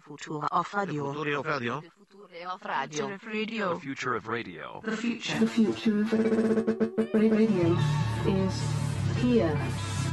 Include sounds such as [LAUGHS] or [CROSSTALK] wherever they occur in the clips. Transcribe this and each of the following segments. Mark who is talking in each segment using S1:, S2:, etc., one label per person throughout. S1: Future of Radio.
S2: Future of radio.
S1: Future of Radio.
S2: Future of radio.
S3: The future.
S4: The future of radio is here.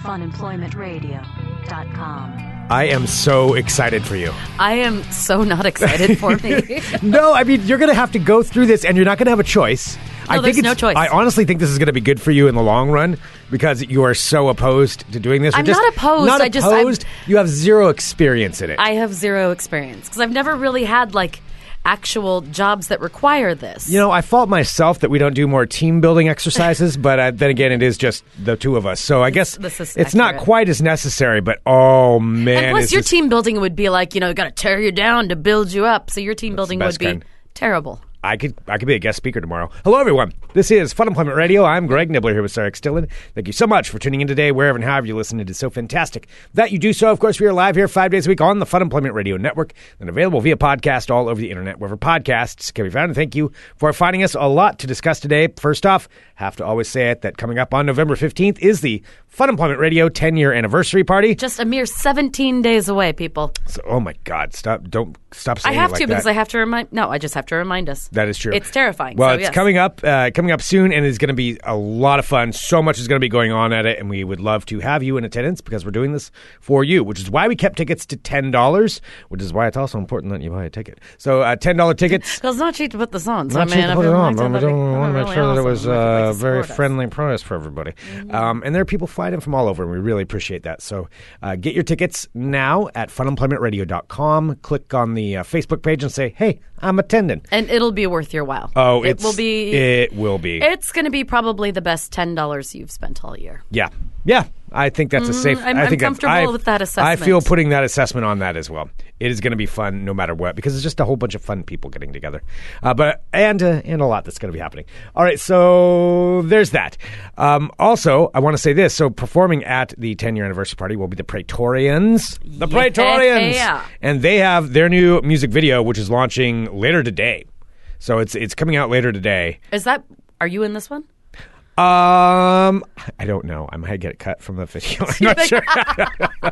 S1: FunemploymentRadio.com.
S5: I am so excited for you.
S6: I am so not excited for me.
S5: [LAUGHS] No, I mean you're going to have to go through this, and you're not going to have a choice. I think
S6: there's
S5: it's-
S6: no choice.
S5: I honestly think this is going to be good for you in the long run because you are so opposed to doing this. or
S6: I'm
S5: just-
S6: not opposed,
S5: Not
S6: I just- I'm-
S5: opposed. you have zero experience in it.
S6: I have zero experience because I've never really had like actual jobs that require this.
S5: you know, I fault myself that we don't do more team building
S6: [LAUGHS]
S5: exercises, but uh, then again, it is just the two of us. So I guess
S6: This is
S5: it's not
S6: accurate.
S5: quite as necessary. But oh man,
S6: and plus,
S5: is
S6: your
S5: this-
S6: team building would be like you know, got to tear you down to build you up. So your team building
S5: the
S6: would
S5: best
S6: be
S5: kind.
S6: terrible.
S5: I could I could be a guest speaker tomorrow. Hello, everyone. This is Fun Employment Radio. I'm Greg Nibbler here with Sarah Stillin. Thank you so much for tuning in today, wherever and however you listen. It is so fantastic that you do so. Of course, we are live here five days a week on the Fun Employment Radio Network and available via podcast all over the internet, wherever podcasts can be found. And thank you for finding us. A lot to discuss today. First off, have to always say it that coming up on November 15th is the Fun Employment Radio 10 year anniversary party.
S6: Just a mere 17 days away, people.
S5: So- oh my God, stop! Don't stop
S6: I
S5: saying
S6: have
S5: it like
S6: to
S5: that.
S6: because I have to remind. No, I just have to remind us.
S5: That is true.
S6: It's terrifying.
S5: Well,
S6: so
S5: it's
S6: yes.
S5: coming up, uh, coming up soon, and it's going to be a lot of fun. So much is going to be going on at it, and we would love to have you in attendance because we're doing this for you, which is why we kept tickets to ten dollars, which is why it's also important that you buy a ticket. So uh, ten dollar tickets.
S6: Because it's not cheap to put this on. So
S5: Not
S6: I mean,
S5: cheap to
S6: if
S5: put
S6: you
S5: it on,
S6: want
S5: but we
S6: that'd be
S5: don't want to make
S6: really
S5: sure that it
S6: awesome
S5: was
S6: if you'd like
S5: uh,
S6: to
S5: very
S6: support us. Mm-hmm.
S5: friendly price for everybody. Um, and there are people flying in from all over, and we really appreciate that. So uh, get your tickets now at funemploymentradio.com. Click on the uh, Facebook page and say, hey, I'm attending.
S6: And it'll be worth your while.
S5: Oh,
S6: it
S5: it's,
S6: will be.
S5: It will be.
S6: it's going to be probably the best ten dollars you've spent all year.
S5: Yeah. Yeah. I think that's a safe.
S6: Mm-hmm. I'm-
S5: I
S6: I'm
S5: think that's-
S6: comfortable
S5: I-
S6: with that
S5: I feel
S6: assessment.
S5: putting that assessment on that as well. It is going to be fun no matter what because it's just a whole bunch of fun people getting together, uh, but and uh, and a lot that's going to be happening. All right, so there's that. Um, also, I want to say this. So performing at the 10 year anniversary party will be the Praetorians. The Praetorians,
S6: Yeah.
S5: and they have their new music video, which is launching later today. So it's it's coming out later today.
S6: Is that? Are you in this one?
S5: Um, I don't know. I might get cut from the video. [LAUGHS] I'm not sure.
S6: [LAUGHS]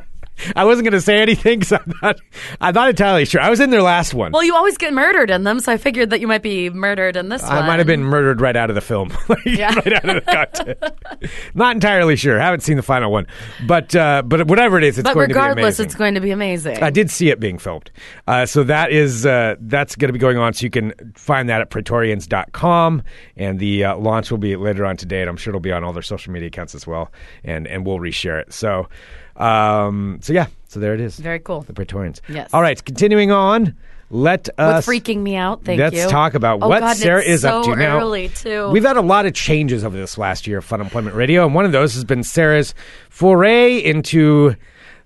S5: I wasn't going to say anything because I'm not. I'm not entirely sure. I was in their last one.
S6: Well, you always get murdered in them, so I figured that you might be murdered in this one.
S5: I might have been murdered right out of the film, [LAUGHS] Like, right out
S6: [LAUGHS]
S5: of the content. not entirely sure. Haven't seen the final one, but uh, but whatever it is, it's
S6: But
S5: going to be
S6: regardless,
S5: amazing.
S6: it's going to be amazing.
S5: I did see it being filmed. Uh, so that is uh, that's going to be going on. So you can find that at praetorians.com. And the uh, launch will be later on today. And I'm sure it'll be on all their social media accounts as well. And, and we'll reshare it. So, um, so yeah, so there it is.
S6: Very cool.
S5: The Praetorians.
S6: Yes.
S5: All right, continuing on. Let us
S6: With freaking me out. Thank
S5: Let's
S6: you.
S5: talk about
S6: Oh,
S5: what
S6: God, and
S5: Sarah
S6: it's
S5: is up
S6: so
S5: to now.
S6: early, too.
S5: We've had a lot of changes over this last year of Fun Employment Radio, and one of those has been Sarah's foray into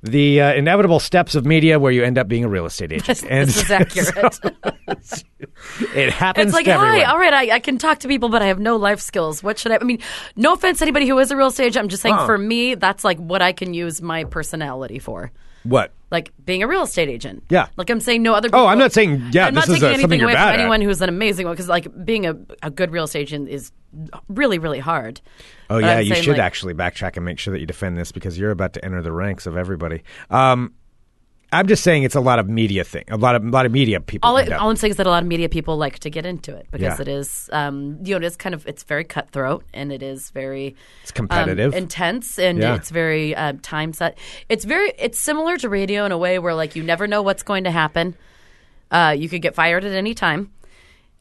S5: the uh, inevitable steps of media, where you end up being a real estate agent. and
S6: [LAUGHS] [LAUGHS] this
S5: [LAUGHS]
S6: is accurate.
S5: it happens.
S6: it's like,
S5: to everyone.
S6: hi, all right, I, I can talk to people, but I have no life skills. What should I? I mean, no offense to anybody who is a real estate agent. I'm just saying,
S5: Uh-uh.
S6: for me, that's like what I can use my personality for.
S5: What?
S6: Like being a real estate agent.
S5: Yeah.
S6: Like I'm saying, no other. People,
S5: Oh, I'm not saying- yeah,
S6: I'm
S5: this is,
S6: not taking
S5: uh,
S6: anything
S5: something you're
S6: away
S5: bad
S6: from
S5: at.
S6: anyone who's an amazing one because like being a, a good real estate agent is really really hard.
S5: Oh
S6: But
S5: yeah,
S6: I'm
S5: you
S6: saying,
S5: should
S6: like,
S5: actually backtrack and make sure that you defend this because you're about to enter the ranks of everybody. Um, I'm just saying it's a lot of media thing, a lot of a lot of media people.
S6: All,
S5: end
S6: it,
S5: up.
S6: all I'm saying is that a lot of media people like to get into it because
S5: Yeah.
S6: it is, um, you know, it is kind of it's very cutthroat and it is very
S5: it's
S6: um,
S5: competitive.
S6: intense, and
S5: Yeah.
S6: it's very uh, time set. It's very it's similar to radio in a way where like you never know what's going to happen. Uh, you could get fired at any time.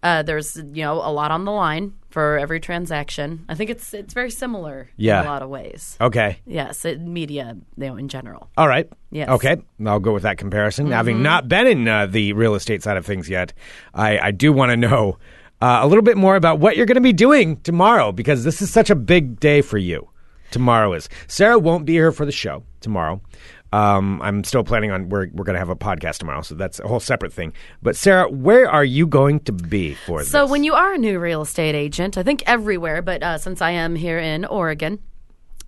S6: Uh, there's you know a lot on the line for every transaction. I think it's it's very similar
S5: Yeah.
S6: in a lot of ways.
S5: okay.
S6: Yes, it, media you know in general.
S5: All right.
S6: Yes. Mm-hmm.
S5: Okay. I'll go with that comparison. Having not been in uh, the real estate side of things yet, I, I do want to know uh, a little bit more about what you're going to be doing tomorrow because this is such a big day for you. Tomorrow is. Sarah won't be here for the show tomorrow. Um, I'm still planning on we're we're going to have a podcast tomorrow, so that's a whole separate thing. But Sarah, where are you going to be for this?
S6: So when you are a new real estate agent, I think everywhere, but uh, since I am here in Oregon,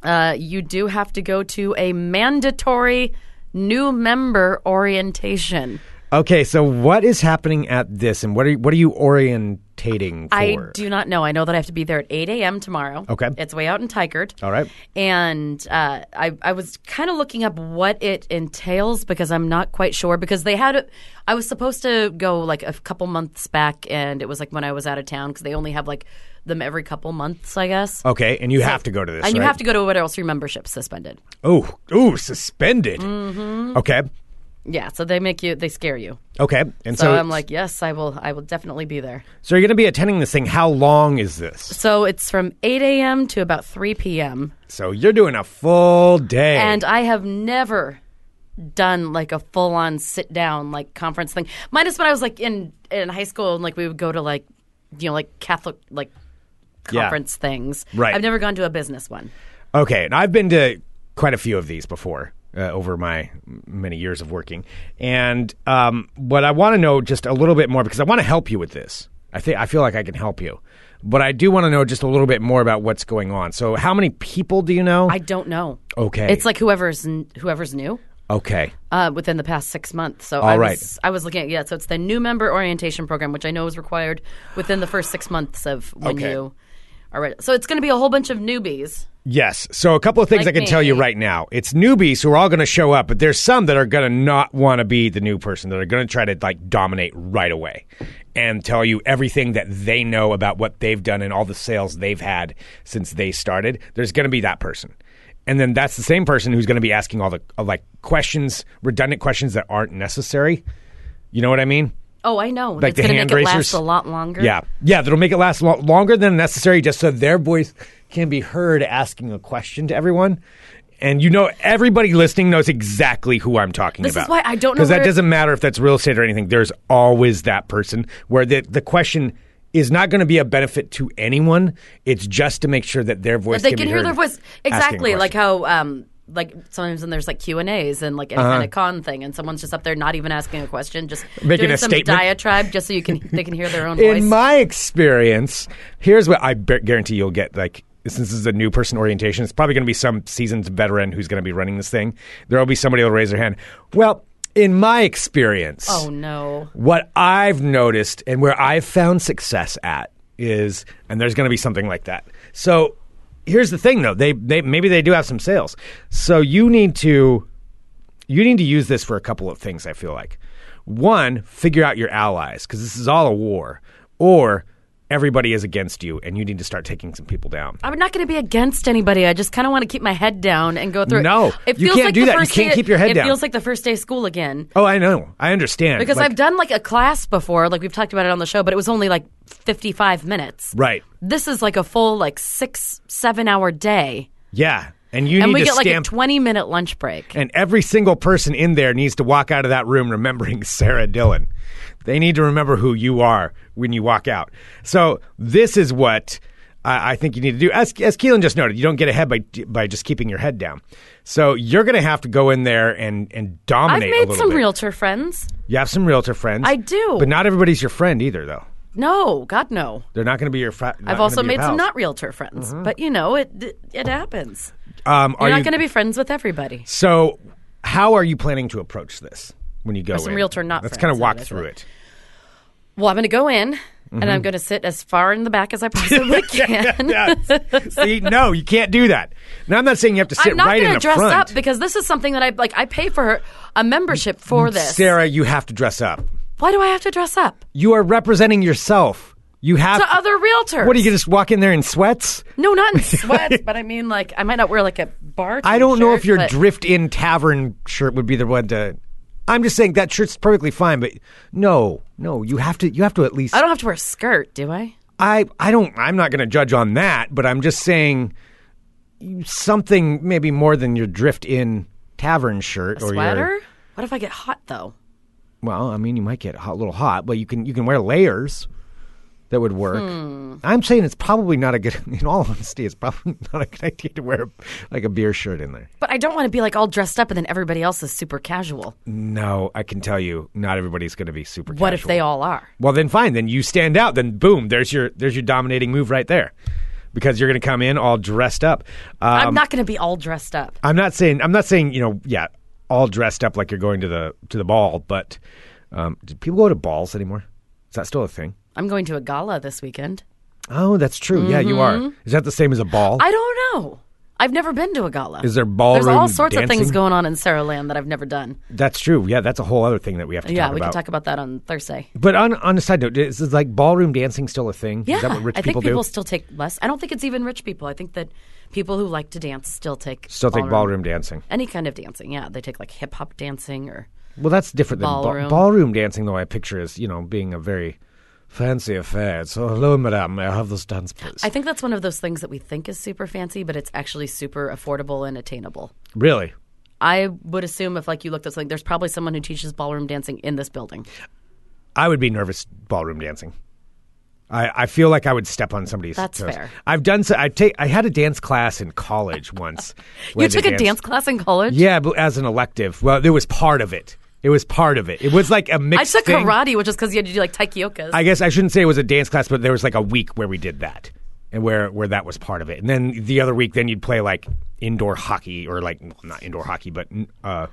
S6: uh, you do have to go to a mandatory new member orientation.
S5: okay, so what is happening at this, and what are you, what are you orienting rotating for?
S6: I do not know. I know that I have to be there at 8 a.m. tomorrow.
S5: Okay.
S6: It's way out in Tigard.
S5: All right.
S6: And uh, I, I was kind of looking up what it entails because I'm not quite sure. Because they had, a, I was supposed to go like a couple months back, and it was like when I was out of town because they only have like them every couple months, I guess.
S5: Okay, and you have to go to this.
S6: and you
S5: Oh, right?
S6: have to go to what else? Your membership suspended.
S5: Oh, oh, suspended.
S6: Mm-hmm.
S5: Okay,
S6: Yeah. So they make you, they scare you.
S5: okay. And
S6: So,
S5: so,
S6: I'm like, yes, I will. I will definitely be there.
S5: so you're going to be attending this thing. How long is this?
S6: So it's from 8 a.m. to about 3 p.m.
S5: So you're doing a full day.
S6: And I have never done like a full on sit down like conference thing. Minus when I was like in in high school and like we would go to like you know like Catholic like
S5: Yeah.
S6: conference things.
S5: Right.
S6: I've never gone to a business one.
S5: Okay, and I've been to quite a few of these before uh, over my m- many years of working. And um, what I want to know just a little bit more because I want to help you with this. I think I feel like I can help you, but I do want to know just a little bit more about what's going on. So, how many people do you know?
S6: I don't know.
S5: Okay.
S6: It's like whoever's n- whoever's new.
S5: okay,
S6: Uh, within the past six months, so I
S5: right.
S6: was I was looking at yeah. So it's the new member orientation program, which I know is required within the first six months of when
S5: Okay.
S6: you are ready. So it's going to be a whole bunch of newbies.
S5: yes. So, a couple of things
S6: Like
S5: I can tell you
S6: me.
S5: right now. It's newbies who are all going to show up, but there's some that are going to not want to be the new person. That are going to try to like dominate right away and tell you everything that they know about what they've done and all the sales they've had since they started. There's going to be that person. And then that's the same person who's going to be asking all the uh, like questions, redundant questions that aren't necessary. You know what I mean?
S6: Oh, I know.
S5: like
S6: it's
S5: the
S6: going to
S5: hand
S6: make it
S5: raisers?
S6: last a lot longer.
S5: Yeah, yeah, that'll make it last lo- longer than necessary, just so their voice can be heard asking a question to everyone. And you know, everybody listening knows exactly who I'm talking
S6: This is
S5: about.
S6: why I don't know
S5: because that
S6: where-
S5: doesn't matter if that's real estate or anything. There's always that person where the the question is not going to be a benefit to anyone. It's just to make sure that their voice
S6: they
S5: can,
S6: can
S5: be
S6: hear
S5: heard
S6: their voice
S5: asking a
S6: exactly like
S5: question.
S6: how um like sometimes when there's like Q and A's and like any kind of con thing, and someone's just up there not even asking a question, just
S5: Uh-huh. Making
S6: doing
S5: a
S6: some
S5: statement.
S6: diatribe just so you can they can hear their own
S5: [LAUGHS]
S6: voice.
S5: In my experience, here's what I bar- guarantee you'll get. Like, since this is a new person orientation, it's probably going to be some seasoned veteran who's going to be running this thing. There will be somebody who'll raise their hand. Well, in my experience,
S6: oh no!
S5: what I've noticed and where I've found success at is, and there's going to be something like that. So here's the thing, though. They, they maybe they do have some sales. So you need to you need to use this for a couple of things. I feel like one, figure out your allies because this is all a war, or everybody is against you, and you need to start taking some people down.
S6: I'm not going to be against anybody. I just kind of want to keep my head down and go through. it.
S5: No,
S6: it
S5: you
S6: feels
S5: can't
S6: like
S5: do
S6: the
S5: that. You
S6: first
S5: can't
S6: day-
S5: keep your head
S6: it
S5: down.
S6: feels like the first day of school again.
S5: Oh, I know, I understand
S6: Because
S5: Like-
S6: I've done like a class before, like we've talked about it on the show, but it was only like 55 minutes.
S5: right,
S6: This is like a full like six, seven hour day.
S5: yeah, and you
S6: and
S5: need
S6: we
S5: to
S6: get like a
S5: stamp
S6: 20 minute lunch break.
S5: And every single person in there needs to walk out of that room remembering [LAUGHS] Sarah Dillon. They need to remember who you are when you walk out. So this is what I, I think you need to do. As, as Keelan just noted, you don't get ahead by by just keeping your head down. So you're going to have to go in there and and
S6: I've
S5: dominate. a
S6: made
S5: little
S6: some
S5: bit.
S6: realtor friends.
S5: You have some realtor friends.
S6: I do.
S5: but not everybody's your friend either, though.
S6: No, God, no.
S5: They're not going to be your. Fra-
S6: I've also made some not realtor friends, but you know, it it, it happens.
S5: Um, are
S6: You're not
S5: you-
S6: going to be friends with everybody.
S5: So, how are you planning to approach this when you go?
S6: some
S5: in?
S6: realtor not
S5: Let's
S6: friends,
S5: kind of walk
S6: obviously.
S5: through it.
S6: Well, I'm going to go in and I'm going to sit as far in the
S5: [LAUGHS]
S6: back as I possibly can.
S5: Mm-hmm. Yeah. See, no, you can't do that. Now, I'm not saying you have to sit
S6: I'm not
S5: right in
S6: going
S5: the
S6: to dress
S5: front. Mm,
S6: up because this is something that I like. I pay for a membership for this.
S5: Sarah, you have to dress up.
S6: Why do I have to dress up
S5: You are representing yourself. You have.
S6: to other realtors?
S5: what are you going to just walk in there in sweats?
S6: No,
S5: [LAUGHS]
S6: not in sweats, but I mean, like, I might not wear like a bar.
S5: I don't know
S6: t-shirt,
S5: if your
S6: but-
S5: drift in tavern shirt would be the one to. I'm just saying that shirt's perfectly fine, but no, no, you have to. You have to at least.
S6: I don't have to wear a skirt, do I?
S5: I I don't I'm not going to judge on that, but I'm just saying something maybe more than your drift in tavern shirt or
S6: Sweater?
S5: your
S6: What if I get hot though?
S5: well, I mean you might get hot, a little hot, but you can you can wear layers that would work.
S6: Hmm.
S5: I'm saying it's probably not a good [LAUGHS] in all honesty, it's probably [LAUGHS] not a good idea to wear like a beer shirt in there.
S6: But I don't want to be like all dressed up and then everybody else is super casual.
S5: No, I can tell you not everybody's going to be super
S6: What if
S5: casual.
S6: they all are?
S5: Well, then fine. Then you stand out. Then boom, there's your there's your dominating move right there. Because you're going to come in all dressed up. Um,
S6: I'm not going to be all dressed up.
S5: I'm not saying I'm not saying you know yeah all dressed up like you're going to the to the ball, but um, do people go to balls anymore? Is that still a thing?
S6: I'm going to a gala this weekend.
S5: Oh, that's true. Yeah, you are. Is that the same as a ball?
S6: Mm-hmm. I don't know. I've never been to a gala.
S5: Is there
S6: There's all
S5: ballroom
S6: sorts of things
S5: dancing?
S6: going on in Sarah Land that I've never done.
S5: that's true. Yeah, that's a whole other thing that we have to
S6: yeah,
S5: talk
S6: we
S5: about.
S6: can talk about that on Thursday.
S5: But on on a side note, is, is like ballroom dancing still a thing?
S6: Yeah,
S5: is that what rich
S6: I think
S5: people,
S6: people
S5: do?
S6: still take less. I don't think it's even rich people. I think that people who like to dance still take
S5: Still take ballroom dancing.
S6: Any kind of dancing, yeah. They take like hip hop dancing or
S5: Well, that's different than ballroom.
S6: Ballroom.
S5: ballroom dancing. Though I picture as you know being a very fancy affair. So hello, madame, may I have this dance, please?
S6: I think that's one of those things that we think is super fancy, but it's actually super affordable and attainable.
S5: really?
S6: I would assume if like you looked at something, there's probably someone who teaches ballroom dancing in this building.
S5: I would be nervous ballroom dancing. I, I feel like I would step on somebody's
S6: That's
S5: toes.
S6: fair.
S5: I've done so. I take. I had a dance class in college once. where
S6: [LAUGHS] You
S5: they
S6: took a
S5: danced-
S6: dance class in college?
S5: Yeah, but as an elective. Well, it was part of it. It was part of it. It was like a
S6: I
S5: mixed
S6: took
S5: thing.
S6: karate, which is because you had to do like taikyokas.
S5: I guess I shouldn't say it was a dance class, but there was like a week where we did that, and where where that was part of it. And then the other week, then you'd play like indoor hockey or like well, not indoor hockey, but uh,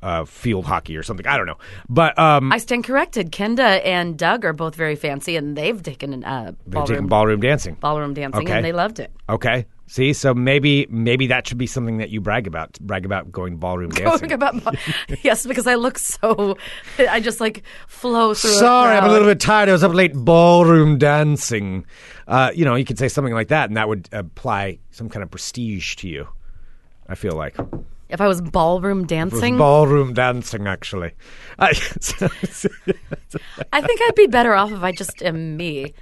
S5: uh, field hockey or something. I don't know. But um,
S6: I stand corrected. Kenda and Doug are both very fancy, and they've taken an, uh,
S5: they're
S6: ballroom,
S5: taking ballroom dancing.
S6: ballroom dancing,
S5: Okay.
S6: and they
S5: [LAUGHS]
S6: loved it.
S5: Okay. See, so maybe maybe that should be something that you brag about. Brag about going ballroom dancing.
S6: Talking about ball- [LAUGHS] yes, because I look so. [LAUGHS] I just like flow through.
S5: Sorry, I'm
S6: a
S5: a
S6: crowd.
S5: little bit tired. I was up late ballroom dancing. Uh, you know, you could say something like that, and that would apply some kind of prestige to you. I feel like
S6: If I was ballroom
S5: It was
S6: dancing,
S5: ballroom dancing, actually. [LAUGHS] I, so- so-
S6: I think I'd be better off if I just am me.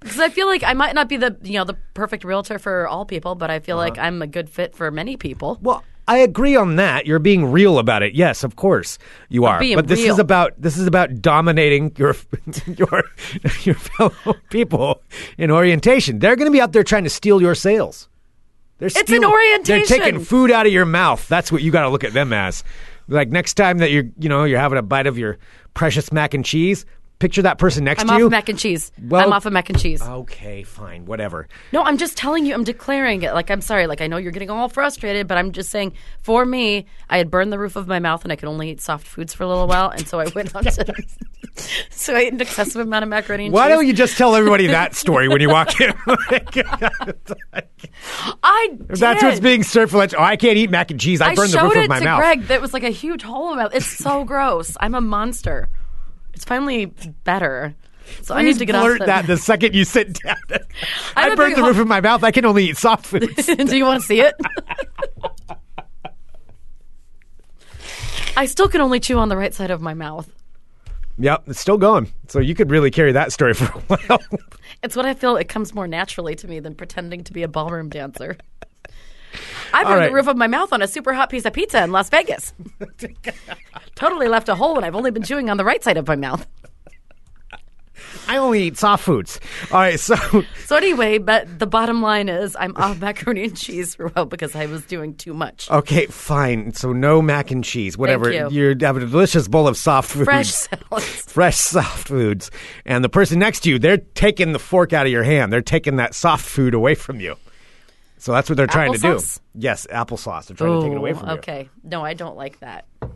S6: Because I feel like I might not be the you know the perfect realtor for all people, but I feel like
S5: Uh-huh.
S6: I'm a good fit for many people.
S5: well, I agree on that. You're being real about it. Yes, of course you are.
S6: being
S5: but this is
S6: real.
S5: about this is about dominating your [LAUGHS] your your fellow people in orientation. They're going to be out there trying to steal your sales. They're
S6: It's
S5: steal-
S6: an orientation.
S5: They're taking food out of your mouth. That's what you got to look at them as. Like next time that you're you know you're having a bite of your precious mac and cheese, picture that person next
S6: I'm
S5: to
S6: off
S5: you.
S6: of mac and cheese.
S5: Well- Uh-huh.
S6: I'm off of mac and cheese.
S5: okay, fine, whatever.
S6: No, I'm just telling you. I'm declaring it. Like I'm sorry. Like I know you're getting all frustrated, but I'm just saying. For me, I had burned the roof of my mouth, and I could only eat soft foods for a little while, and so I went on to.
S5: [LAUGHS]
S6: [LAUGHS] so I ate an excessive amount of macaroni and
S5: Why
S6: cheese.
S5: don't you just tell everybody that story when you walk
S6: [LAUGHS]
S5: in?
S6: I did.
S5: That's what's being served for lunch. Oh, I can't eat mac and cheese. I,
S6: I
S5: burned the
S6: showed
S5: roof
S6: it
S5: of my
S6: to
S5: mouth.
S6: Greg. That was like a huge hole in my mouth. It's so [LAUGHS] gross. I'm a monster. It's finally better. So I
S5: Please
S6: need to get
S5: blurt
S6: off [LAUGHS]
S5: that the second you sit down.
S6: I'm
S5: I
S6: a
S5: burned
S6: big
S5: the
S6: ho-
S5: roof of my mouth. I can only eat soft
S6: [LAUGHS]
S5: foods.
S6: Do you want to see it? I still can only chew on the right side of my mouth.
S5: yep, it's still going. So you could really carry that story for a [LAUGHS] while.
S6: It's what I feel. It comes more naturally to me than pretending to be a ballroom dancer. I burned
S5: right.
S6: the roof of my mouth on a super hot piece of pizza in Las Vegas. [LAUGHS] totally left a hole, and I've only been chewing on the right side of my mouth.
S5: I only eat soft foods. All right, so [LAUGHS]
S6: So anyway, but the bottom line is I'm off macaroni and cheese for a while because I was doing too much.
S5: okay, fine. So no mac and cheese, whatever.
S6: you.
S5: are having a delicious bowl of soft foods.
S6: Fresh
S5: [LAUGHS]
S6: salads.
S5: fresh soft foods and the person next to you they're taking the fork out of your hand they're taking that soft food away from you so that's what they're trying to
S6: Applesauce?
S5: do yes applesauce they're trying to take it away
S6: Ooh,
S5: from you
S6: Oh, okay. No, I don't like that.
S5: all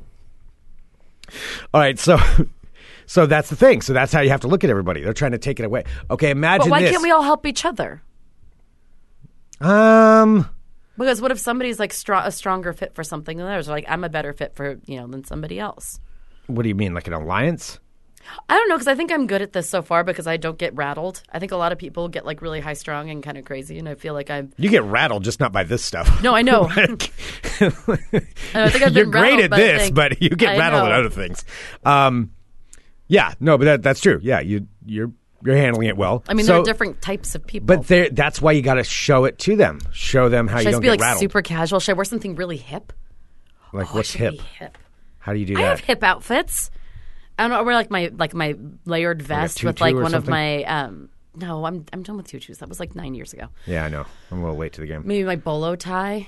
S5: right so [LAUGHS] so that's the thing so that's how you have to look at everybody they're trying to take it away okay imagine
S6: But why
S5: this
S6: can't we all help each other?
S5: um
S6: Because what if somebody's like stro- a stronger fit for something than others? Or, like I'm a better fit for you know than somebody else.
S5: what do you mean like an alliance
S6: I don't know because I think I'm good at this so far because I don't get rattled. I think a lot of people get like really high strung and kind of crazy, and I feel like I'm.
S5: you get rattled just not by this stuff
S6: [LAUGHS] No,
S5: [LAUGHS]
S6: I know.
S5: Like-
S6: I think I've
S5: you're
S6: been
S5: great
S6: rattled
S5: at
S6: by the
S5: this,
S6: thing.
S5: but you get
S6: I
S5: rattled at
S6: know.
S5: other things. Um, yeah, no, but that, that's true. Yeah, you you're you're handling it well.
S6: I mean,
S5: so,
S6: there are different types of people.
S5: But there, that's why you got to show it to them. Show them how
S6: Should
S5: you
S6: I
S5: don't
S6: just be
S5: get
S6: like
S5: rattled.
S6: super casual? Should I wear something really hip?
S5: like
S6: I
S5: what's
S6: should be
S5: hip?
S6: hip.
S5: How do you do
S6: I
S5: that?
S6: have hip outfits. I don't know. I wear like my like my layered vest with
S5: tutu
S6: like
S5: or
S6: one of
S5: something?
S6: my um. No, I'm I'm done with tutus. That was like nine years ago.
S5: Yeah, I know. I'm a little late to the game.
S6: Maybe my bolo tie,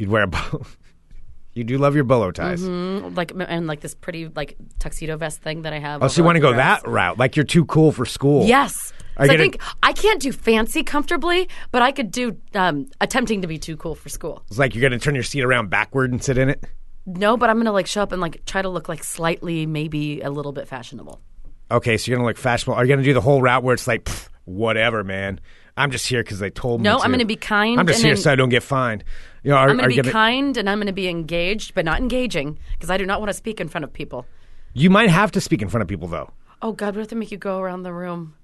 S5: You'd wear a bow. [LAUGHS] you do love your bolo ties.
S6: Mm-hmm. Mm, like and like this pretty like tuxedo vest thing that I have.
S5: Oh, so you want to go that route? Like you're too cool for school?
S6: Yes.
S5: I
S6: So I
S5: get it.
S6: think I can't do fancy comfortably, but I could do um, attempting to be too cool for school.
S5: It's like you're gonna turn your seat around backward and sit in it.
S6: No, but I'm gonna like show up and like try to look like slightly, maybe a little bit fashionable.
S5: okay, so you're gonna look fashionable. Are you gonna do the whole route where it's like, "Pff, whatever, man? I'm just here because they told me.
S6: No,
S5: to.
S6: I'm gonna be kind
S5: I'm just
S6: and
S5: here
S6: then-
S5: so I don't get fined. You know, are,
S6: I'm
S5: are
S6: going to
S5: you
S6: be
S5: gonna-
S6: kind and I'm going to be engaged, but not engaging because I do not want to speak in front of people.
S5: You might have to speak in front of people though.
S6: Oh God, we have to make you go around the room.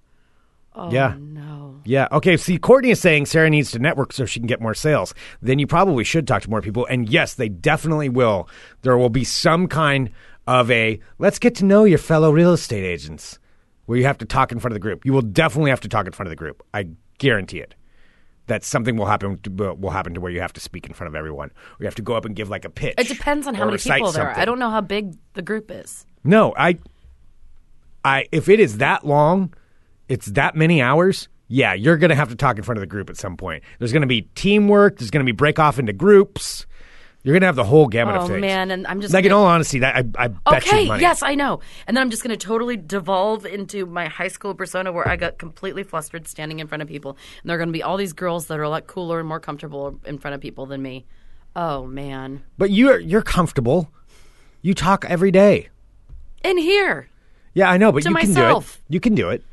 S6: Oh,
S5: yeah.
S6: No.
S5: Yeah. Okay. See, Courtney is saying Sarah needs to network so she can get more sales. Then you probably should talk to more people. And yes, they definitely will. There will be some kind of a let's get to know your fellow real estate agents where you have to talk in front of the group. You will definitely have to talk in front of the group. I guarantee it. That something will happen. To, will happen to where you have to speak in front of everyone. Or you have to go up and give like a pitch.
S6: It depends on how
S5: or
S6: many
S5: recite
S6: people there are.
S5: something.
S6: I don't know how big the group is.
S5: No, I, I if it is that long, it's that many hours. Yeah, you're gonna have to talk in front of the group at some point. There's gonna be teamwork. There's gonna be break off into groups. You're gonna have the whole gamut
S6: Oh,
S5: of things.
S6: man, and I'm just
S5: like in
S6: gonna-
S5: all honesty, that I, I bet
S6: Okay,
S5: you money.
S6: yes, I know. And then I'm just going to totally devolve into my high school persona where I got completely flustered standing in front of people. And there are going to be all these girls that are a lot cooler and more comfortable in front of people than me. Oh, man.
S5: but you're you're comfortable. You talk every day.
S6: In here.
S5: Yeah, I know, but
S6: To
S5: you
S6: myself.
S5: can do it. You can do it.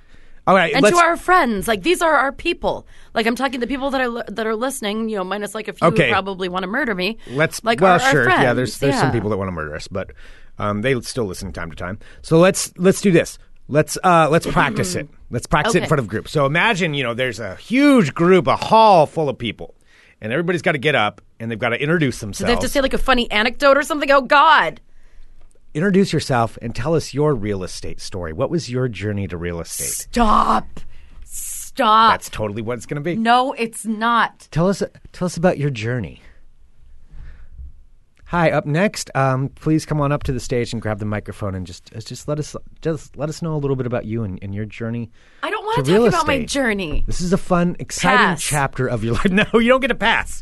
S5: All right,
S6: and
S5: let's,
S6: to our friends. Like these are our people. Like I'm talking to people that are that are listening. You know, minus like a few
S5: Okay.
S6: who probably want to murder me.
S5: let's
S6: like
S5: well
S6: are our
S5: sure yeah.
S6: friends.
S5: There's there's some
S6: Yeah.
S5: people that want to murder us, but um, they still listen time to time. So let's let's do this. Let's uh, let's practice it. Let's practice it in
S6: Okay.
S5: front of groups. So imagine you know there's a huge group, a hall full of people, and everybody's got to get up and they've got to introduce
S6: They have
S5: themselves.
S6: to say like a funny anecdote or something. Oh God.
S5: introduce yourself and tell us your real estate story. What was your journey to real estate?
S6: Stop. Stop.
S5: That's totally what it's going to be.
S6: no, it's not.
S5: Tell us tell us about your journey. Hi, up next, um, please come on up to the stage and grab the microphone and just uh, just let us just let us know a little bit about you and, and your journey.
S6: I don't want
S5: to
S6: to talk
S5: real
S6: about my
S5: estate.
S6: journey.
S5: This is a fun, exciting
S6: Pass.
S5: chapter of your life. [LAUGHS] No, you don't get a pass.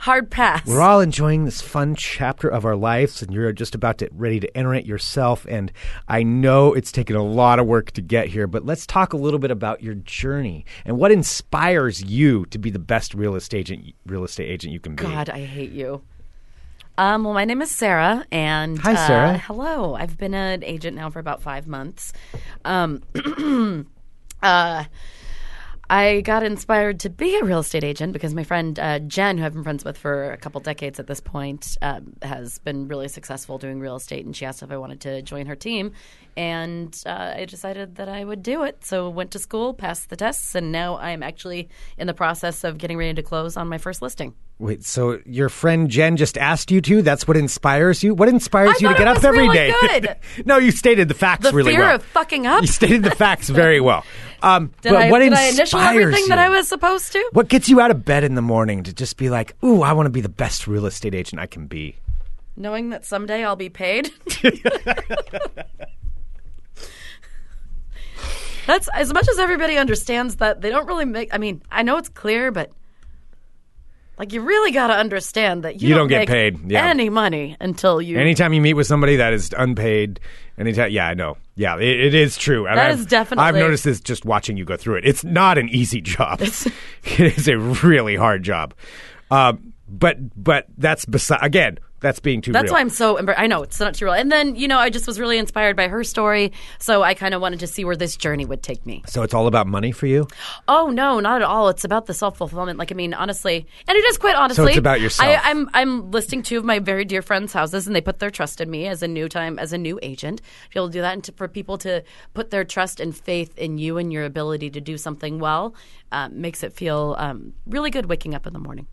S6: Hard pass.
S5: We're all enjoying this fun chapter of our lives, and you're just about to ready to enter it yourself. And I know it's taken a lot of work to get here, but let's talk a little bit about your journey and what inspires you to be the best real estate agent real estate agent you can be.
S6: God, I hate you. Um, well, my name is Sarah, and
S5: Hi,
S6: uh,
S5: Sarah.
S6: hello. I've been an agent now for about five months. Um, [CLEARS THROAT] uh, I got inspired to be a real estate agent because my friend uh, Jen, who I've been friends with for a couple decades at this point, um, has been really successful doing real estate, and she asked if I wanted to join her team, and uh, I decided that I would do it. So went to school, passed the tests, and now I'm actually in the process of getting ready to close on my first listing.
S5: Wait, so your friend Jen just asked you to? That's what inspires you? What inspires
S6: I
S5: you to
S6: thought
S5: get
S6: it
S5: up
S6: was
S5: every
S6: really
S5: day?
S6: good.
S5: [LAUGHS] no, you stated the facts
S6: the
S5: really
S6: fear
S5: well.
S6: of fucking up.
S5: you stated the facts very well. Um,
S6: [LAUGHS] Did
S5: but
S6: I,
S5: what
S6: did I
S5: inspires
S6: initial everything
S5: you?
S6: that I was supposed to?
S5: What gets you out of bed in the morning to just be like, "Ooh, I want to be the best real estate agent I can be."
S6: Knowing that someday I'll be
S5: [LAUGHS]
S6: paid. That's as much as everybody understands that they don't really make. I mean, I know it's clear, but like you really got to understand that you,
S5: You don't get
S6: make
S5: paid, yeah.
S6: any money until you.
S5: Anytime you meet with somebody that is unpaid, anytime, yeah, I know, yeah, it, it is true. That
S6: That
S5: I've,
S6: is definitely-
S5: I've noticed this just watching you go through it. It's not an easy [LAUGHS] job. it is a really hard job. Um, but but that's beside again, that's being too.
S6: That's
S5: real.
S6: why I'm so. Embar- I know it's not too real. And then you know, I just was really inspired by her story, so I kind of wanted to see where this journey would take me.
S5: So it's all about money for you.
S6: Oh no, not at all. It's about the self fulfillment. Like I mean, honestly, and it is quite honestly.
S5: about yourself.
S6: I, I'm I'm listing two of my very dear friends' houses, and they put their trust in me as a new time as a new agent. Be able to do that, and to, for people to put their trust and faith in you and your ability to do something well uh, makes it feel um, really good waking up in the morning.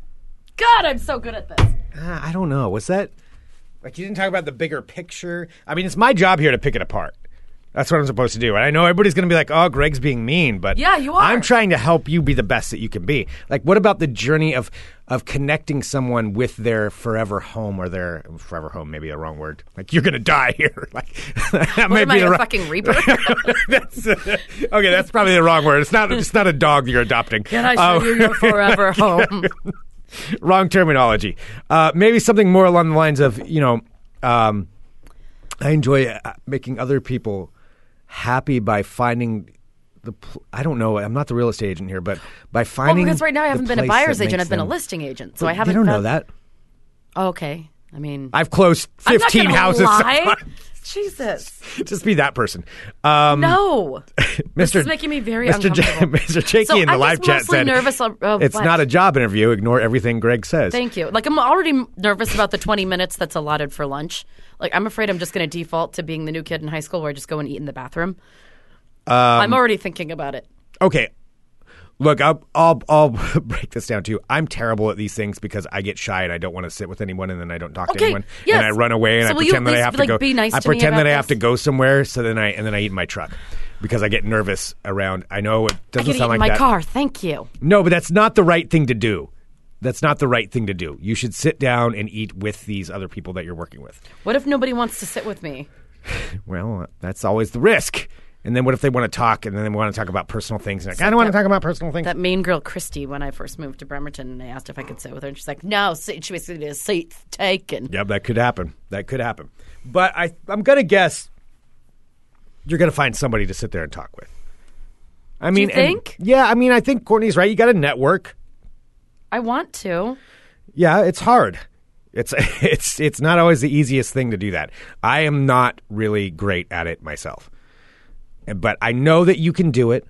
S6: God, I'm so good at this.
S5: Uh, I don't know. Was that like you didn't talk about the bigger picture? I mean, it's my job here to pick it apart. That's what I'm supposed to do. And I know everybody's going to be like, "Oh, Greg's being mean," but
S6: Yeah, you are.
S5: I'm trying to help you be the best that you can be. Like, what about the journey of of connecting someone with their forever home or their forever home? Maybe the wrong word. Like, you're going to die [LAUGHS] here. Like, that
S6: What
S5: might
S6: am
S5: be
S6: I,
S5: the
S6: a
S5: wrong-
S6: fucking reaper?
S5: [LAUGHS] that's, uh, okay, that's probably the wrong word. It's not. It's not a dog you're adopting.
S6: Can I show
S5: Um,
S6: you your
S5: [LAUGHS]
S6: forever
S5: Oh,
S6: home?
S5: wrong terminology. Uh, maybe something more along the lines of, you know, um, I enjoy uh, making other people happy by finding the. Pl- I don't know. I'm not the real estate agent here, but by
S6: Well,
S5: finding.
S6: because right now I
S5: the
S6: haven't been a
S5: place that
S6: buyer's agent;
S5: makes
S6: I've been a
S5: them-
S6: listing agent, so I
S5: They
S6: haven't.
S5: don't know
S6: found-
S5: that.
S6: Oh, okay, I mean.
S5: I've closed
S6: I'm not
S5: 15
S6: gonna
S5: houses. [LAUGHS]
S6: lie. Jesus.
S5: Just be that person. Um, [LAUGHS]
S6: No.
S5: Mr.
S6: This is making me very
S5: Mr. J- [LAUGHS]
S6: uncomfortable.
S5: Mr. Jakey
S6: So
S5: in the
S6: I was
S5: live chat
S6: mostly
S5: said,
S6: nervous of- of
S5: "It's
S6: what?
S5: not a job interview. Ignore everything Greg says."
S6: Thank you. Like I'm already m- nervous about the 20 minutes that's allotted for lunch. Like I'm afraid I'm just going to default to being the new kid in high school where I just go and eat in the bathroom.
S5: Um,
S6: I'm already thinking about it.
S5: okay. Look, I'll, I'll I'll [LAUGHS] break this down to you. I'm terrible at these things because I get shy and I don't want to sit with anyone, and then I don't talk to
S6: Okay,
S5: anyone,
S6: yes.
S5: and I run away and I
S6: So will you
S5: pretend
S6: at
S5: that I
S6: least,
S5: have to
S6: like,
S5: go.
S6: be nice
S5: I
S6: to me
S5: pretend
S6: about
S5: that I have to
S6: this?
S5: go somewhere, so then I and then I eat in my truck because I get nervous around. I know it
S6: I
S5: doesn't
S6: could eat
S5: sound like
S6: in my
S5: that.
S6: car. Thank you.
S5: No, but that's not the right thing to do. That's not the right thing to do. You should sit down and eat with these other people that you're working with.
S6: What if nobody wants to sit with me?
S5: Well, that's always the risk. And then what if they want to talk and then they want to talk about personal things? And like, I don't want to talk about personal things.
S6: That main girl, Christy, when I first moved to Bremerton, and I asked if I could sit with her, and she's like, "No, sit- she basically a seat taken."
S5: yeah, that could happen. That could happen. But I, I'm going to guess you're going to find somebody to sit there and talk with. I mean, and-
S6: think?
S5: yeah, I mean, I think Courtney's right. You got to network.
S6: I want to.
S5: Yeah, it's hard. It's [LAUGHS] it's it's not always the easiest thing to do that. I am not really great at it myself, but I know that you can do it.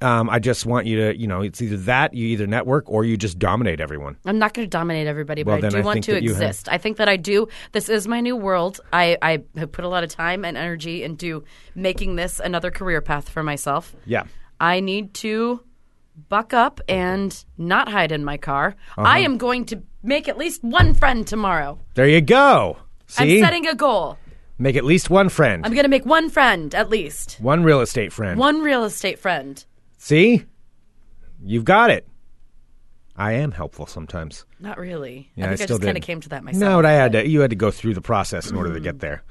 S5: Um, I just want you to, you know, it's either that you either network or you just dominate everyone.
S6: I'm not going to dominate everybody,
S5: Well,
S6: but I
S5: then
S6: do
S5: I
S6: want
S5: think
S6: to
S5: that you have-
S6: exist. I think that I do. This is my new world. I, I have put a lot of time and energy into making this another career path for myself.
S5: Yeah.
S6: I need to buck up and not hide in my car.
S5: Uh-huh.
S6: I am going to make at least one friend tomorrow.
S5: There you go. See,
S6: I'm setting a goal.
S5: make at least one friend,
S6: I'm going to make one friend at least.
S5: one real estate friend.
S6: One real estate friend.
S5: See, you've got it. I am helpful sometimes.
S6: Not really.
S5: Yeah,
S6: I
S5: I
S6: think I,
S5: still
S6: just kind
S5: did.
S6: of came to that myself.
S5: No, but I had to. You had to go through the process in order to get there.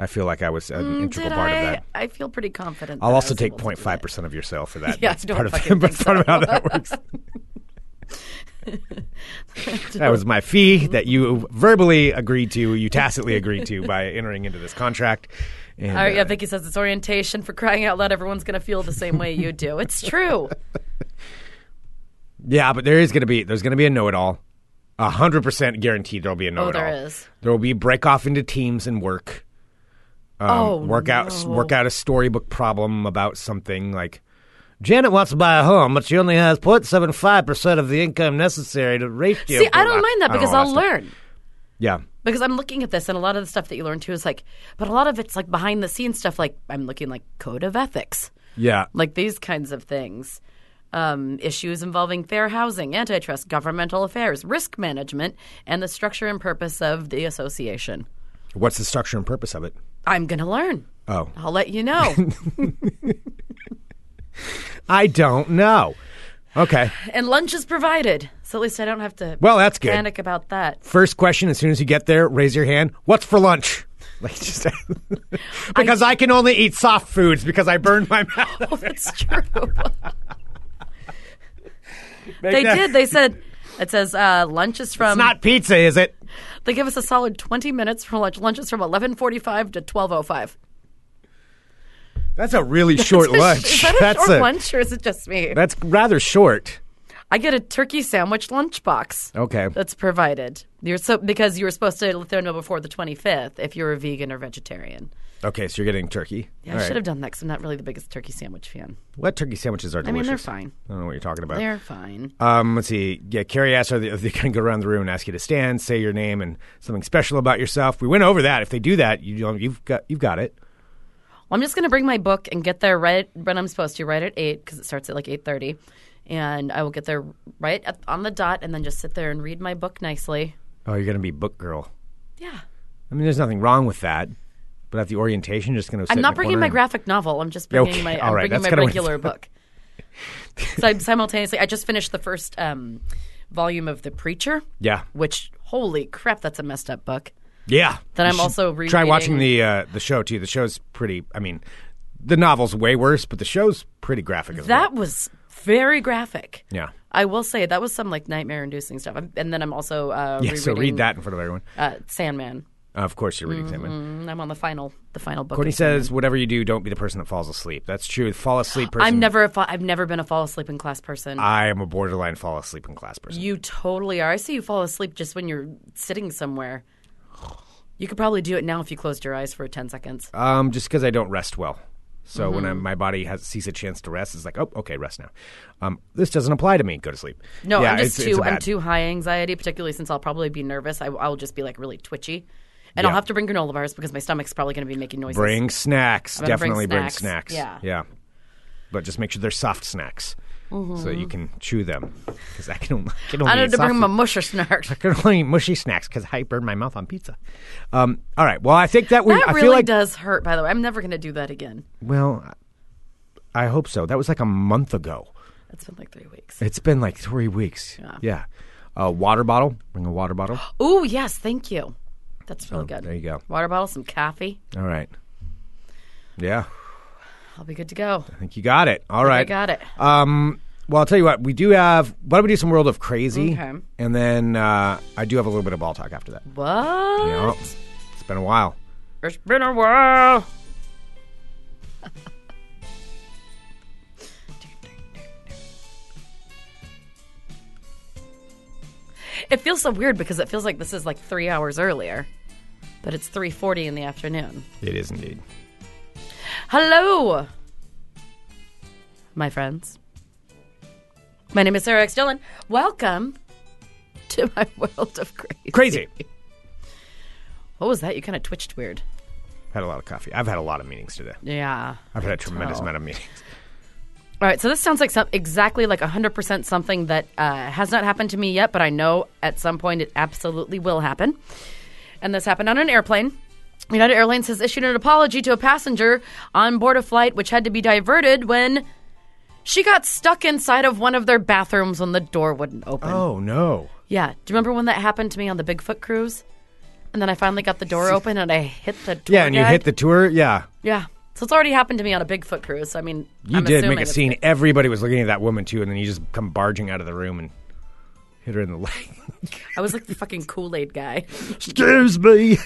S5: I feel like I was an integral
S6: Mm, Did
S5: part
S6: I?
S5: of that.
S6: I feel pretty confident.
S5: I'll
S6: that I
S5: also
S6: was
S5: take
S6: able to do
S5: 0.5
S6: that.
S5: percent of your sale for that.
S6: [LAUGHS] Yeah,
S5: that's
S6: I don't
S5: part of [LAUGHS]
S6: fucking
S5: that's
S6: think
S5: part of how that
S6: [LAUGHS]
S5: works. [LAUGHS] that was my fee that you verbally agreed to, you tacitly agreed to by entering into this contract. And,
S6: All right, yeah,
S5: uh,
S6: Vicky says it's orientation for crying out loud. Everyone's going to feel the same way you do. It's true.
S5: yeah, but there is going to be there's going to be a know-it-all. A hundred percent guaranteed there'll be a know-it-all.
S6: Oh, there is.
S5: There will be break off into teams and work. [LAUGHS] Um,
S6: Oh,
S5: work out
S6: no.
S5: work out a storybook problem about something like Janet wants to buy a home, but she only has 075 percent of the income necessary to reach you.
S6: See, I don't mind that
S5: I don't
S6: because
S5: know all
S6: I'll
S5: that stuff.
S6: learn.
S5: Yeah.
S6: Because I'm looking at this, and a lot of the stuff that you learn too is like, but a lot of it's like behind the scenes stuff. Like I'm looking like code of ethics,
S5: Yeah.
S6: like these kinds of things, um, issues involving fair housing, antitrust, governmental affairs, risk management, and the structure and purpose of the association.
S5: What's the structure and purpose of it?
S6: I'm gonna learn.
S5: Oh.
S6: I'll let you
S5: [LAUGHS]
S6: know.
S5: I don't know. Okay.
S6: and lunch is provided, so at least I don't have to.
S5: Well, that's good.
S6: panic about that.
S5: First question as soon as you get there, raise your hand. What's for lunch? [LAUGHS] Like
S6: [LAUGHS]
S5: just because I, can only eat soft foods because I burned my [LAUGHS]
S6: [LAUGHS]
S5: mouth. [LAUGHS]
S6: That's true.
S5: Make
S6: they
S5: that-
S6: did. They said it says uh, lunch is from.
S5: It's not pizza, is it?
S6: they give us a solid twenty minutes for lunch. Lunch is from eleven forty-five to twelve
S5: [LAUGHS]
S6: oh five.
S5: That's a really short lunch.
S6: [LAUGHS] Is that a
S5: that's
S6: short lunch, or is it just me?
S5: That's rather short.
S6: I get a turkey sandwich lunchbox.
S5: Okay.
S6: That's provided. You're so because you were supposed to let them know before the twenty fifth if you're a vegan or vegetarian.
S5: Okay, so you're getting turkey.
S6: Yeah, I should have done that because I'm not really the biggest turkey sandwich fan.
S5: What turkey sandwiches are
S6: I mean,
S5: delicious?
S6: they're fine.
S5: I don't know what you're talking about.
S6: They're fine.
S5: Um, let's see. Yeah, Carrie asked, are they, are they going to go around the room and ask you to stand, say your name, and something special about yourself? We went over that. If they do that, you, know, you've got you've got it.
S6: Well, I'm just going to bring my book and get there right when I'm supposed to, right at eight, because it starts at like eight thirty, and I will get there right at, on the dot, and then just sit there and read my book nicely.
S5: Oh, you're going to be book girl.
S6: Yeah,
S5: I mean, there's nothing wrong with that. But at the orientation, you're just going to.
S6: I'm not bringing my graphic novel. I'm just bringing
S5: Okay,
S6: my
S5: all
S6: I'm
S5: right, that's
S6: bringing my
S5: kinda what I [LAUGHS]
S6: regular book. so I'm simultaneously, I just finished the first um, volume of The Preacher.
S5: Yeah,
S6: Which holy crap, that's a messed up book.
S5: yeah.
S6: Then
S5: You
S6: I'm
S5: should
S6: also
S5: try
S6: rereading-
S5: watching the uh, the show too. The show's pretty. I mean, the novel's way worse, but the show's pretty graphic as well.
S6: That was very graphic.
S5: Yeah.
S6: I will say that was some like nightmare-inducing stuff. I'm- And then I'm also uh,
S5: Yeah,
S6: rereading
S5: so read that in front of everyone.
S6: uh, Sandman.
S5: of course, you're reading mm
S6: And I'm on the final, the final book.
S5: Courtney
S6: of Sandman.
S5: says, "Whatever you do, don't be the person that falls asleep." That's true. The fall asleep person.
S6: [GASPS] "I'm never, a fa- I've never been a fall asleep in class person."
S5: I am a borderline fall asleep in class person.
S6: you totally are. I see you fall asleep just when you're sitting somewhere. You could probably do it now if you closed your eyes for 10 seconds.
S5: Um, just because I don't rest well. So when
S6: Mm-hmm.
S5: I, my body has sees a chance to rest, it's like, oh, okay, rest now. Um, this doesn't apply to me. Go to sleep.
S6: No,
S5: Yeah,
S6: I'm just
S5: it's-
S6: too
S5: it's a
S6: I'm
S5: bad-
S6: too high anxiety, particularly since I'll probably be nervous. I, I'll just be like really twitchy, and I'll
S5: Yeah.
S6: have to bring granola bars because my stomach's probably going to be making noises.
S5: Bring snacks.
S6: gonna bring
S5: Definitely bring snacks.
S6: snacks. Yeah.
S5: Yeah. But just make sure they're soft snacks so that you can chew them. Because I can only, I can only
S6: Mm-hmm. I
S5: eat
S6: need to bring
S5: soft
S6: my
S5: food.
S6: musher snark.
S5: I can only eat mushy snacks because I burn my mouth on pizza. Um, all right. Well, I think that we.
S6: That
S5: I
S6: really
S5: feel like.
S6: does hurt. By the way, I'm never going to do that again.
S5: Well, I hope so. That was like a month ago.
S6: It's been like three weeks.
S5: It's been like three weeks. Yeah. Uh, water bottle. Bring a water bottle.
S6: Oh yes, thank you. That's really good.
S5: there you go.
S6: Water bottle, some coffee.
S5: All right. Yeah.
S6: I'll be good to go.
S5: I think you got it. All right.
S6: I got it.
S5: Um, well, I'll tell you what. We do have. Why don't we do some World of Crazy?
S6: Okay.
S5: And then uh, I do have a little bit of ball talk after that.
S6: what?
S5: Yeah. It's been a while.
S6: It's been a while. [LAUGHS] It feels so weird because it feels like this is like three hours earlier, but it's three forty in the afternoon.
S5: It is indeed.
S6: Hello, my friends. My name is Sarah X Dillon. Welcome to my [LAUGHS] world of crazy. [LAUGHS]
S5: Crazy.
S6: What was that? You kind of twitched weird.
S5: had a lot of coffee. I've had a lot of meetings today.
S6: Yeah.
S5: I've had a tremendous
S6: tell.
S5: amount of meetings.
S6: All right, so this sounds like some, exactly like 100% something that uh, has not happened to me yet, but I know at some point it absolutely will happen. And this happened on an airplane. United Airlines has issued an apology to a passenger on board a flight which had to be diverted when she got stuck inside of one of their bathrooms when the door wouldn't
S5: [LAUGHS]
S6: open.
S5: Oh no.
S6: Yeah. Do you remember when that happened to me on the Bigfoot cruise? And then I finally got
S5: [LAUGHS]
S6: the door open and I hit the door.
S5: Yeah, and you hit the tour. Yeah,
S6: Yeah. So it's already happened to me on a Bigfoot cruise. I mean,
S5: you
S6: I'm
S5: did
S6: assuming
S5: make a
S6: it's
S5: scene. Everybody was looking at that woman too, and then you just come barging out of the room and hit her in the leg.
S6: I was like the fucking Kool Aid guy.
S5: Excuse [LAUGHS] me.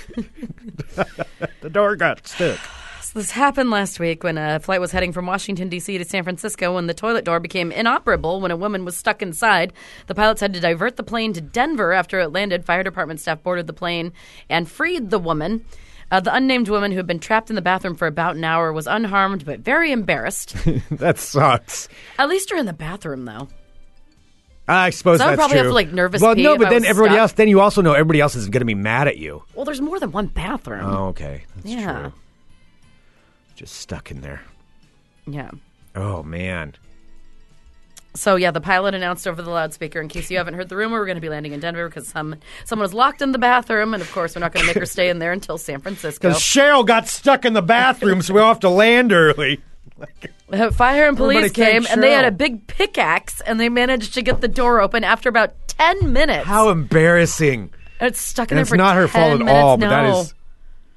S5: the door got stuck.
S6: [LAUGHS] So this happened last week when a flight was heading from Washington, D.C. to San Francisco when the toilet door became inoperable when a woman was stuck inside. The pilots had to divert the plane to Denver after it landed. Fire department staff boarded the plane and freed the woman. Uh, the unnamed woman who had been trapped in the bathroom for about an hour was unharmed but very [LAUGHS] embarrassed.
S5: that sucks.
S6: At least you're in the bathroom, though.
S5: I suppose
S6: So I would
S5: that's
S6: probably have
S5: true.
S6: to, like, nervous
S5: Well,
S6: pee
S5: no,
S6: if
S5: but
S6: I
S5: then
S6: was
S5: everybody
S6: stuck.
S5: else. Then you also know everybody else is going to be mad at you.
S6: Well, there's more than one bathroom.
S5: Oh, okay, that's
S6: Yeah.
S5: true. Just stuck in there.
S6: Yeah.
S5: Oh man.
S6: So yeah, the pilot announced over the loudspeaker. In case you haven't heard the rumor, we're going to be landing in Denver because some someone was locked in the bathroom, and of course, we're not going to make her stay in there until San Francisco.
S5: Because Cheryl got stuck in the bathroom, so we all have to land early.
S6: Uh, Fire and police
S5: Everybody
S6: came,
S5: thank
S6: and they had
S5: Cheryl.
S6: a big pickaxe, and they managed to get the door open after about ten minutes.
S5: How embarrassing!
S6: And it's stuck in
S5: And
S6: there
S5: it's
S6: for
S5: not her
S6: 10
S5: fault at
S6: minutes.
S5: all, but that
S6: No.
S5: is.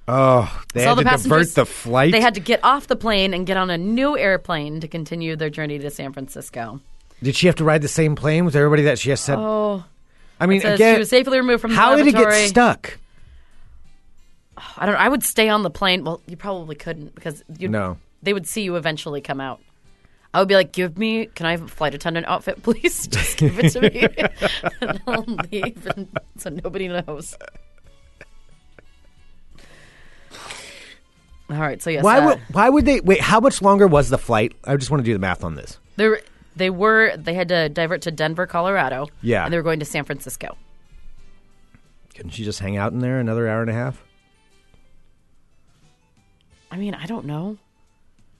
S5: Oh, they
S6: So
S5: had to divert
S6: passengers-
S5: the flight.
S6: They had to get off the plane and get on a new airplane to continue their journey to San Francisco.
S5: Did she have to ride the same plane with everybody that she has said?
S6: Oh,
S5: I mean,
S6: so
S5: again,
S6: she was safely removed from the
S5: how did it get
S6: lavatory.
S5: stuck?
S6: I don't. know. I would stay on the plane. Well, you probably couldn't because you
S5: No.
S6: They would see you eventually come out. I would be like, "Give me, can I have a flight attendant outfit, [LAUGHS] please? Just give it to me, [LAUGHS] and I'll leave, and, so nobody knows." All right, so yes,
S5: Why
S6: uh,
S5: would why would they wait? How much longer was the flight? I just want to do the math on this.
S6: they were, they were they had to divert to Denver, Colorado,
S5: Yeah.
S6: and they were going to San Francisco.
S5: Couldn't she just hang out in there another hour and a half?
S6: I mean, I don't know.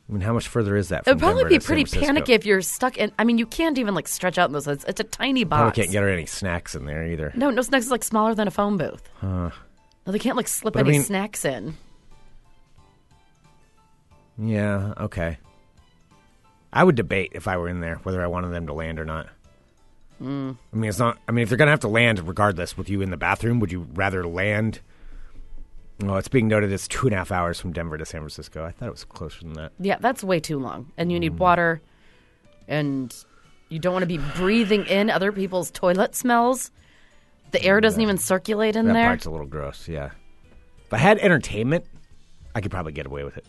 S5: I mean, how much further is that?
S6: It
S5: From
S6: would probably
S5: Denver
S6: be
S5: to San
S6: pretty
S5: Francisco?
S6: panicky if you're stuck in. I mean, you can't even like stretch out in those. It's, it's a tiny
S5: Probably
S6: box.
S5: can't get her any snacks in there either.
S6: No, no snacks is like smaller than a phone booth. No, they can't like slip
S5: But I
S6: any
S5: mean-
S6: snacks in.
S5: Yeah, okay. I would debate if I were in there whether I wanted them to land or not.
S6: Hmm.
S5: I mean, it's not. I mean, if they're gonna have to land regardless with you in the bathroom, would you rather land? Well, it's being noted it's two and a half hours from Denver to San Francisco. I thought it was closer than that.
S6: Yeah, that's way too long. And you need
S5: Hmm.
S6: water, and you don't want to be breathing in other people's toilet smells. The air doesn't even circulate in
S5: That
S6: there.
S5: part's a little gross. Yeah. If I had entertainment, I could probably get away with it.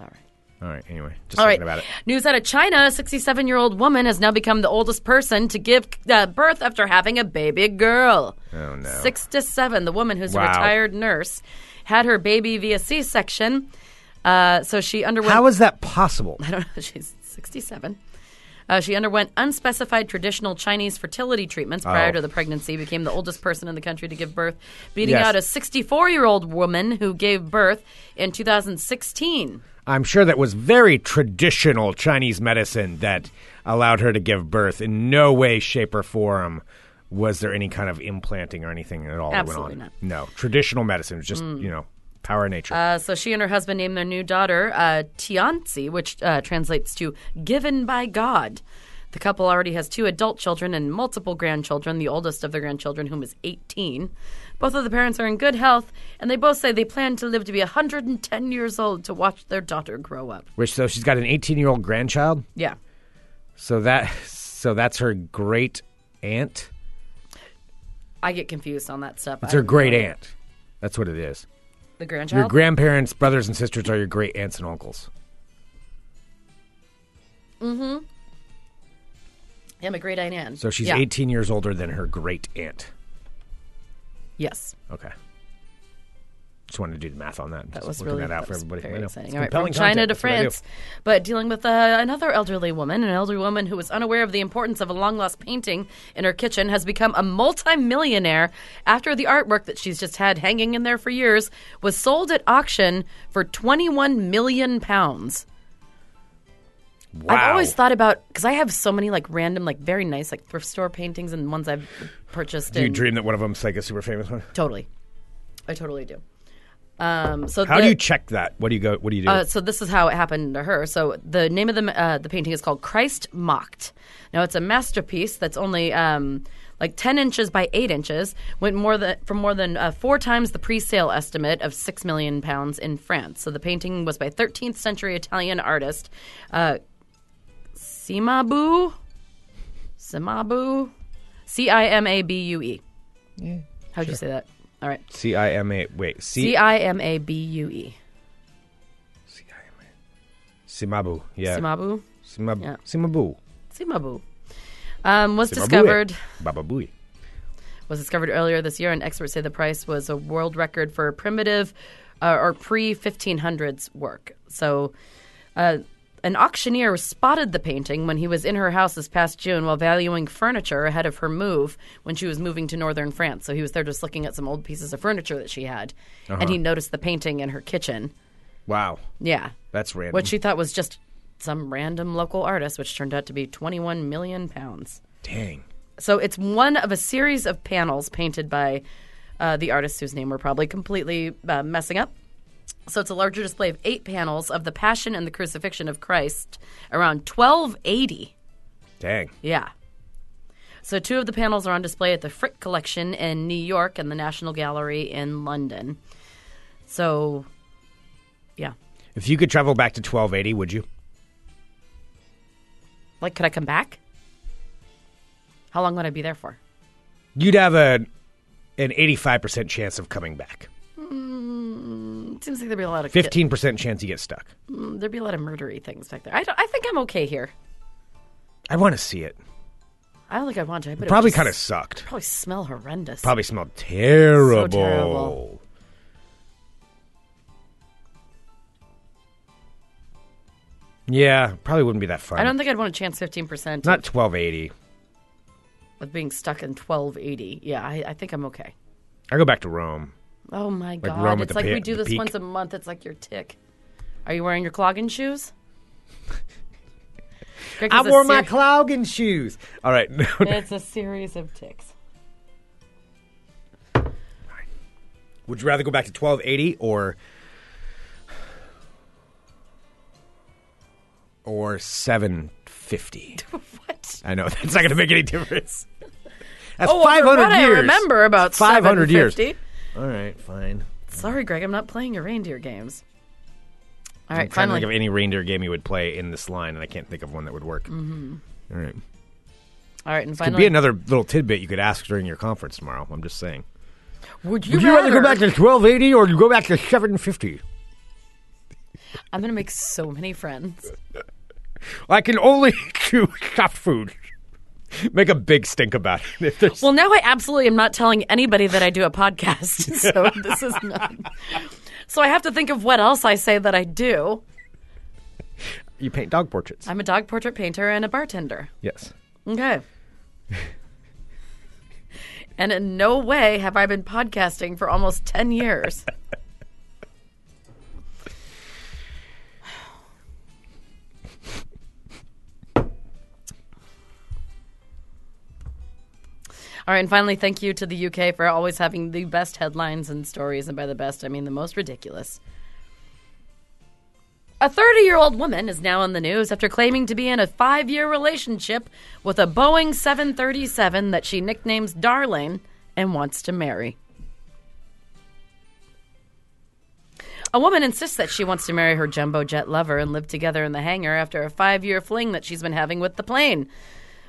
S6: All right.
S5: All right. Anyway, just
S6: All right.
S5: thinking about it.
S6: News out of China: a 67-year-old woman has now become the oldest person to give uh, birth after having a baby girl.
S5: Oh no.
S6: Six to seven. The woman who's
S5: Wow.
S6: a retired nurse had her baby via C-section, uh, so she underwent.
S5: How is that possible?
S6: [LAUGHS] I don't know. She's 67. Uh, she underwent unspecified traditional Chinese fertility treatments prior
S5: Oh.
S6: to the pregnancy, became the oldest person in the country to give birth, beating
S5: Yes.
S6: out a 64 year old woman who gave birth in 2016.
S5: I'm sure that was very traditional Chinese medicine that allowed her to give birth. In no way, shape, or form was there any kind of implanting or anything at all.
S6: Absolutely
S5: that
S6: not. Mm.
S5: went on. No, traditional medicine was just you know power of nature.
S6: Uh, so she and her husband named their new daughter uh, Tianzi, which uh, translates to given by God. The couple already has two adult children and multiple grandchildren, the oldest of their grandchildren, whom is 18. Both of the parents are in good health, and they both say they plan to live to be 110 years old to watch their daughter grow up.
S5: Which so she's got an 18 year old grandchild.
S6: Yeah.
S5: So that so that's her great aunt.
S6: I get confused on that stuff.
S5: It's her great aunt. That's what it is.
S6: The
S5: Your
S6: grandchild?
S5: grandparents, brothers, and sisters are your great aunts and uncles.
S6: yeah, my great aunt.
S5: So she's
S6: yeah.
S5: 18 years older than her great aunt.
S6: Yes.
S5: Okay. Just wanted to do the math on that.
S6: That
S5: Just
S6: was
S5: looking
S6: really
S5: that out for
S6: was
S5: everybody. I
S6: Very
S5: know.
S6: exciting.
S5: It's
S6: All right, from
S5: compelling
S6: China
S5: content. That's
S6: to
S5: what I do.
S6: France, but dealing with uh, another elderly woman, an elderly woman who was unaware of the importance of a long lost painting in her kitchen, has become a multimillionaire after the artwork that she's just had hanging in there for years was sold at auction for twenty one million pounds.
S5: Wow.
S6: I've always thought about because I have so many like random, like very nice, like thrift store paintings and ones I've purchased.
S5: Do you
S6: and-
S5: dream that one of them's like a super famous one?
S6: Totally, I totally do. Um, so
S5: How
S6: the-
S5: do you check that? What do you go? What do you do?
S6: Uh, so this is how it happened to her. So the name of the uh, the painting is called Christ Mocked. Now it's a masterpiece that's only um, like ten inches by eight inches. Went more than for more than uh, four times the pre-sale estimate of six million pounds in France. So the painting was by 13th century Italian artist uh, Cimabue. Cimabue, C I M A B U E. How'd you say that? All right,
S5: C I M A. Wait.
S6: C
S5: C I
S6: I M A B U E.
S5: M A. Simabu. Yeah.
S6: Simabu.
S5: Simab-
S6: Yeah.
S5: Simabu.
S6: Simabu. Um, was
S5: Simabue.
S6: discovered
S5: Bababui.
S6: was discovered earlier this year, and experts say the price was a world record for primitive uh, or pre 1500s work. So, uh, an auctioneer spotted the painting when he was in her house this past June while valuing furniture ahead of her move when she was moving to northern France. So he was there just looking at some old pieces of furniture that she had, and he noticed the painting in her kitchen.
S5: Wow.
S6: Yeah,
S5: That's random.
S6: what she thought was just some random local artist, which turned out to be 21 million pounds.
S5: Dang.
S6: So it's one of a series of panels painted by uh, the artist whose name we're probably completely uh, messing up. So it's a larger display of eight panels of the Passion and the Crucifixion of Christ around 1280.
S5: Dang.
S6: Yeah. So two of the panels are on display at the Frick Collection in New York and the National Gallery in London. So, yeah.
S5: If you could travel back to 1280, would you?
S6: Like, could I come back? How long would I be there for?
S5: You'd have a an 85% chance of coming back.
S6: It seems like there'd be a lot of
S5: 15% chance you get stuck.
S6: There'd be a lot of murdery things back there. I, don't, I think I'm okay here.
S5: I want to see it.
S6: I don't think I'd want to. I bet it would
S5: Probably
S6: just-
S5: kind of sucked.
S6: probably smell horrendous.
S5: Probably smelled terrible.
S6: terrible.
S5: Yeah, probably wouldn't be that fun.
S6: I don't think I'd want to chance fifteen percent
S5: Not 1280.
S6: of being stuck in twelve eighty. Yeah, I, I think I'm okay.
S5: I go back to Rome.
S6: Oh my god,
S5: Rome with
S6: it's
S5: the
S6: like
S5: pe-
S6: we do
S5: the
S6: this
S5: peak.
S6: once a month. It's like your tick. Are you wearing your clogging shoes? Greg,
S5: I
S6: it's a
S5: wore my
S6: seri-
S5: clogging shoes. All right. [LAUGHS] No, no.
S6: It's a series of ticks.
S5: Would you rather go back to 1280 or or 750?
S6: [LAUGHS] What?
S5: I know [LAUGHS] that's not going to make any
S6: [LAUGHS]
S5: difference. That's
S6: Oh,
S5: 500
S6: what
S5: years.
S6: I remember about
S5: 500 years.
S6: 750.
S5: All right, fine.
S6: Sorry, Greg, I'm not playing your reindeer games. All
S5: I'm
S6: right,
S5: trying
S6: finally.
S5: to think of any reindeer game you would play in this line, and I can't think of one that would work.
S6: Mm-hmm.
S5: All right,
S6: All right, and
S5: could
S6: finally.
S5: be another little tidbit you could ask during your conference tomorrow. I'm just saying.
S6: Would you,
S5: Would you rather go back to 1280 or you go back to 750?
S6: I I'm gonna make so many friends.
S5: I can only [LAUGHS] chew shop food. Make a big stink about it. If there's-
S6: Well, now I absolutely am not telling anybody that I do a podcast. [LAUGHS] So this is not. So I have to think of what else I say that I do.
S5: you paint dog portraits.
S6: I'm a dog portrait painter and a bartender.
S5: yes.
S6: Okay. and in no way have I been podcasting for almost 10 years. All right, and finally, thank you to the UK for always having the best headlines and stories, and by the best, I mean the most ridiculous. A 30 year old woman is now in the news after claiming to be in a five year relationship with a Boeing 737 that she nicknames Darling and wants to marry. A woman insists that she wants to marry her jumbo jet lover and live together in the hangar after a five year fling that she's been having with the plane.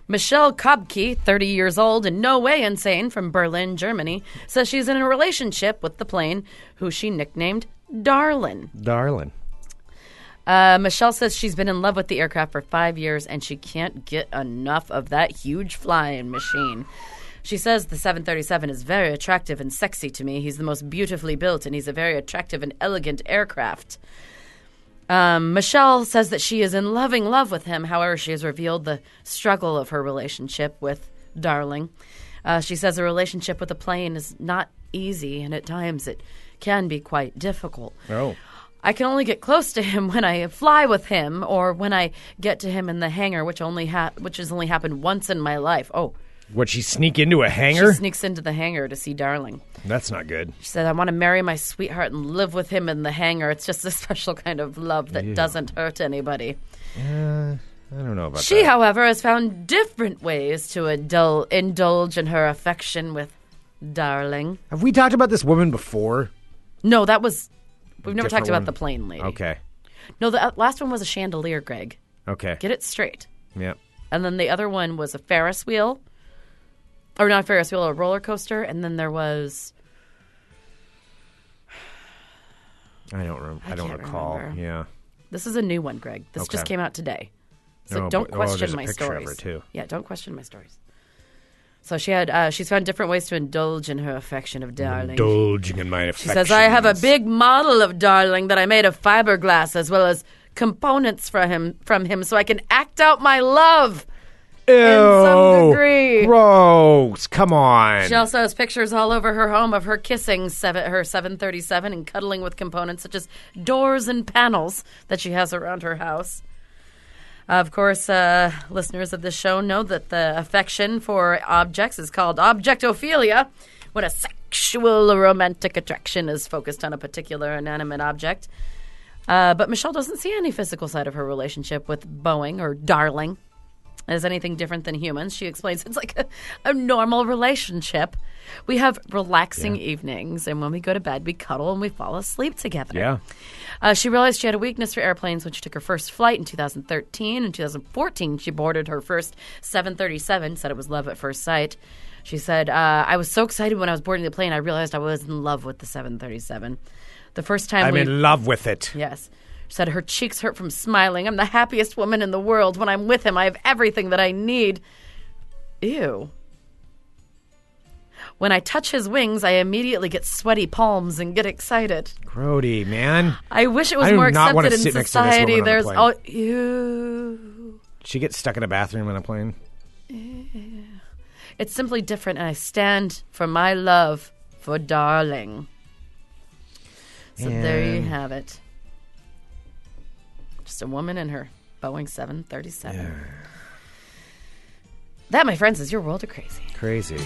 S6: Michelle Kobke, 30 years old and no way insane from Berlin, Germany, says she's in a relationship with the plane, who she nicknamed Darlin.
S5: Darling.
S6: Uh, Michelle says she's been in love with the aircraft for five years and she can't get enough of that huge flying machine. She says the 737 is very attractive and sexy to me. He's the most beautifully built and he's a very attractive and elegant aircraft. Um, Michelle says that she is in loving love with him. However, she has revealed the struggle of her relationship with Darling. Uh, she says a relationship with a plane is not easy and at times it can be quite difficult.
S5: Oh.
S6: I can only get close to him [LAUGHS] when I fly with him or when I get to him in the hangar, which only ha- which has only happened once in my life. Oh,
S5: Would she sneak into a
S6: she
S5: hangar?
S6: sneaks into the hangar to see Darling.
S5: That's not good.
S6: She said, I want to marry my sweetheart and live with him in the hangar. It's just a [LAUGHS] special kind of love that doesn't hurt anybody.
S5: I don't know about
S6: She,
S5: that.
S6: however, has found different ways to indul- indulge in her affection with Darling.
S5: Have we talked about this woman before?
S6: No, that was. We've never
S5: Different
S6: talked
S5: one.
S6: about the plane lady.
S5: Okay.
S6: No, the uh, last one was a chandelier, Greg.
S5: Okay.
S6: Get it straight.
S5: yeah.
S6: And then the other one was a Ferris wheel, or not a Ferris wheel, a roller coaster. And then there was
S5: I don't. Rem- I, don't
S6: can't
S5: recall.
S6: remember.
S5: Yeah.
S6: this is a new one, Greg. This just
S5: Okay.
S6: came out today, so
S5: Oh,
S6: don't
S5: but- oh, there's
S6: question
S5: a
S6: my
S5: picture of her,
S6: stories.
S5: too.
S6: Yeah, don't question my stories. So she had uh, she's found different ways to indulge in her affection of darling.
S5: Indulging in my
S6: She says, I have a
S5: affections.
S6: big model of Darling that I made of fiberglass as well as components for him from him so I can act out my love. some
S5: Ew.
S6: degree.
S5: Gross. Come on.
S6: She also has pictures all over her home of her kissing seven, her 737 and cuddling with components such as doors and panels that she has around her house. Of course, uh, listeners of the show know that the affection for objects is called objectophilia, when a sexual or romantic attraction is focused on a particular inanimate object. Uh, but Michelle doesn't see any physical side of her relationship with Boeing or Darling as anything different than humans. She explains it's like a, a normal relationship. We have relaxing evenings, and when we go to bed, we cuddle and we fall asleep together.
S5: yeah.
S6: Uh, she realized she had a weakness for airplanes when she took her first flight in 2013. In 2014, she boarded her first 737, said it was love at first sight. She said, uh, I was so excited when I was boarding the plane, I realized I was in love with the 737. The first time
S5: I'm
S6: we.
S5: in love with it.
S6: Yes. She said her cheeks hurt from smiling. I'm the happiest woman in the world. When I'm with him, I have everything that I need. Ew. When I touch his wings, I immediately get sweaty palms and get excited.
S5: Grody, man.
S6: I wish it was
S5: I do
S6: more
S5: not wanna
S6: accepted in
S5: sit next to this woman
S6: society.
S5: on a
S6: There's
S5: plane.
S6: oh, ew.
S5: She gets stuck in a bathroom on a plane.
S6: It's simply different, and I stand for my love for darling. So there you
S5: And-
S6: have it. Just a woman in her Boeing 737. That, my friends, is your world of crazy.
S5: Crazy.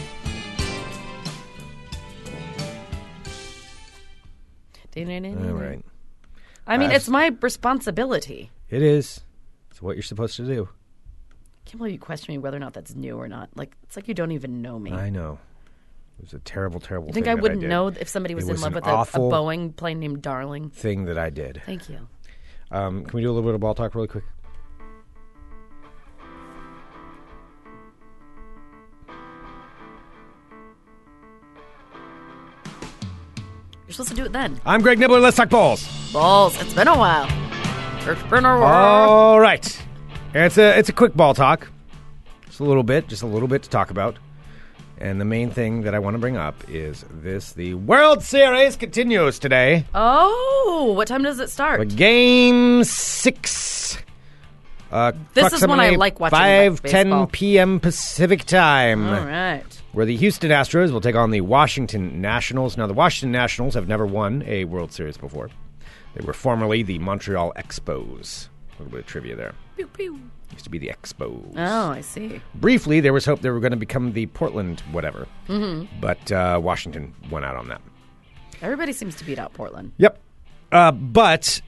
S5: All right.
S6: I mean,
S5: I've-
S6: it's my responsibility.
S5: It is. It's what you're supposed to do.
S6: can't believe you question me whether or not that's new or not. Like, it's like you don't even know me.
S5: I know. It was a terrible, terrible.
S6: you think
S5: thing
S6: I
S5: that
S6: wouldn't
S5: did.
S6: know if somebody was,
S5: was
S6: in love
S5: an
S6: with
S5: awful-
S6: a, a Boeing plane named Darling?
S5: Thing that I did.
S6: Thank you.
S5: Um, can we do a little bit of ball talk really quick?
S6: You're supposed to do it then.
S5: I'm Greg Nibbler. Let's talk balls.
S6: Balls. It's been a while.
S5: Oh.
S6: Entrepreneur.
S5: All right. It's a it's a quick ball talk. Just a little bit, just a little bit to talk about. And the main thing that I want to bring up is this the World Series continues today.
S6: Oh, what time does it start?
S5: But game 6 uh,
S6: This is when I like watching
S5: Five
S6: baseball. Hmm.
S5: ten p.m. Pacific time,
S6: All right.
S5: where the Houston Astros will take on the Washington Nationals. Now, the Washington Nationals have never won a World Series before. They were formerly the Montreal Expos. A little bit of trivia there.
S6: Pew, pew.
S5: Used to be the Expos.
S6: Oh, I see.
S5: Briefly, there was hope they were going to become the Portland whatever, mm-hmm. but uh, Washington went out on that.
S6: Everybody seems to beat out Portland.
S5: Yep. Uh, but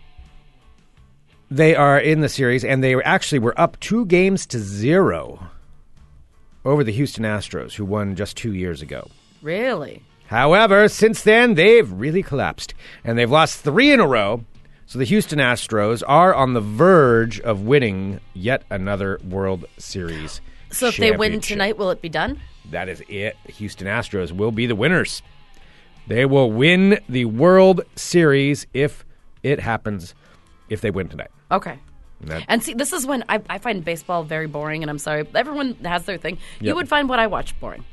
S5: they are in the series, and they were- actually were up two games to zero over the Houston Astros, who won just two years ago.
S6: Really?
S5: However, since then, they've really collapsed, and they've lost three in a row. So the Houston Astros are on the verge of winning yet another World Series.
S6: So if they win
S5: championship.
S6: tonight, will it be done?
S5: That is it. The Houston Astros will be the winners. They will win the World Series if it happens, if they win tonight.
S6: Okay.
S5: That-
S6: And see, this is when I, I find baseball very boring, and I'm sorry. Everyone has their thing. You
S5: Yep.
S6: would find what I watch boring.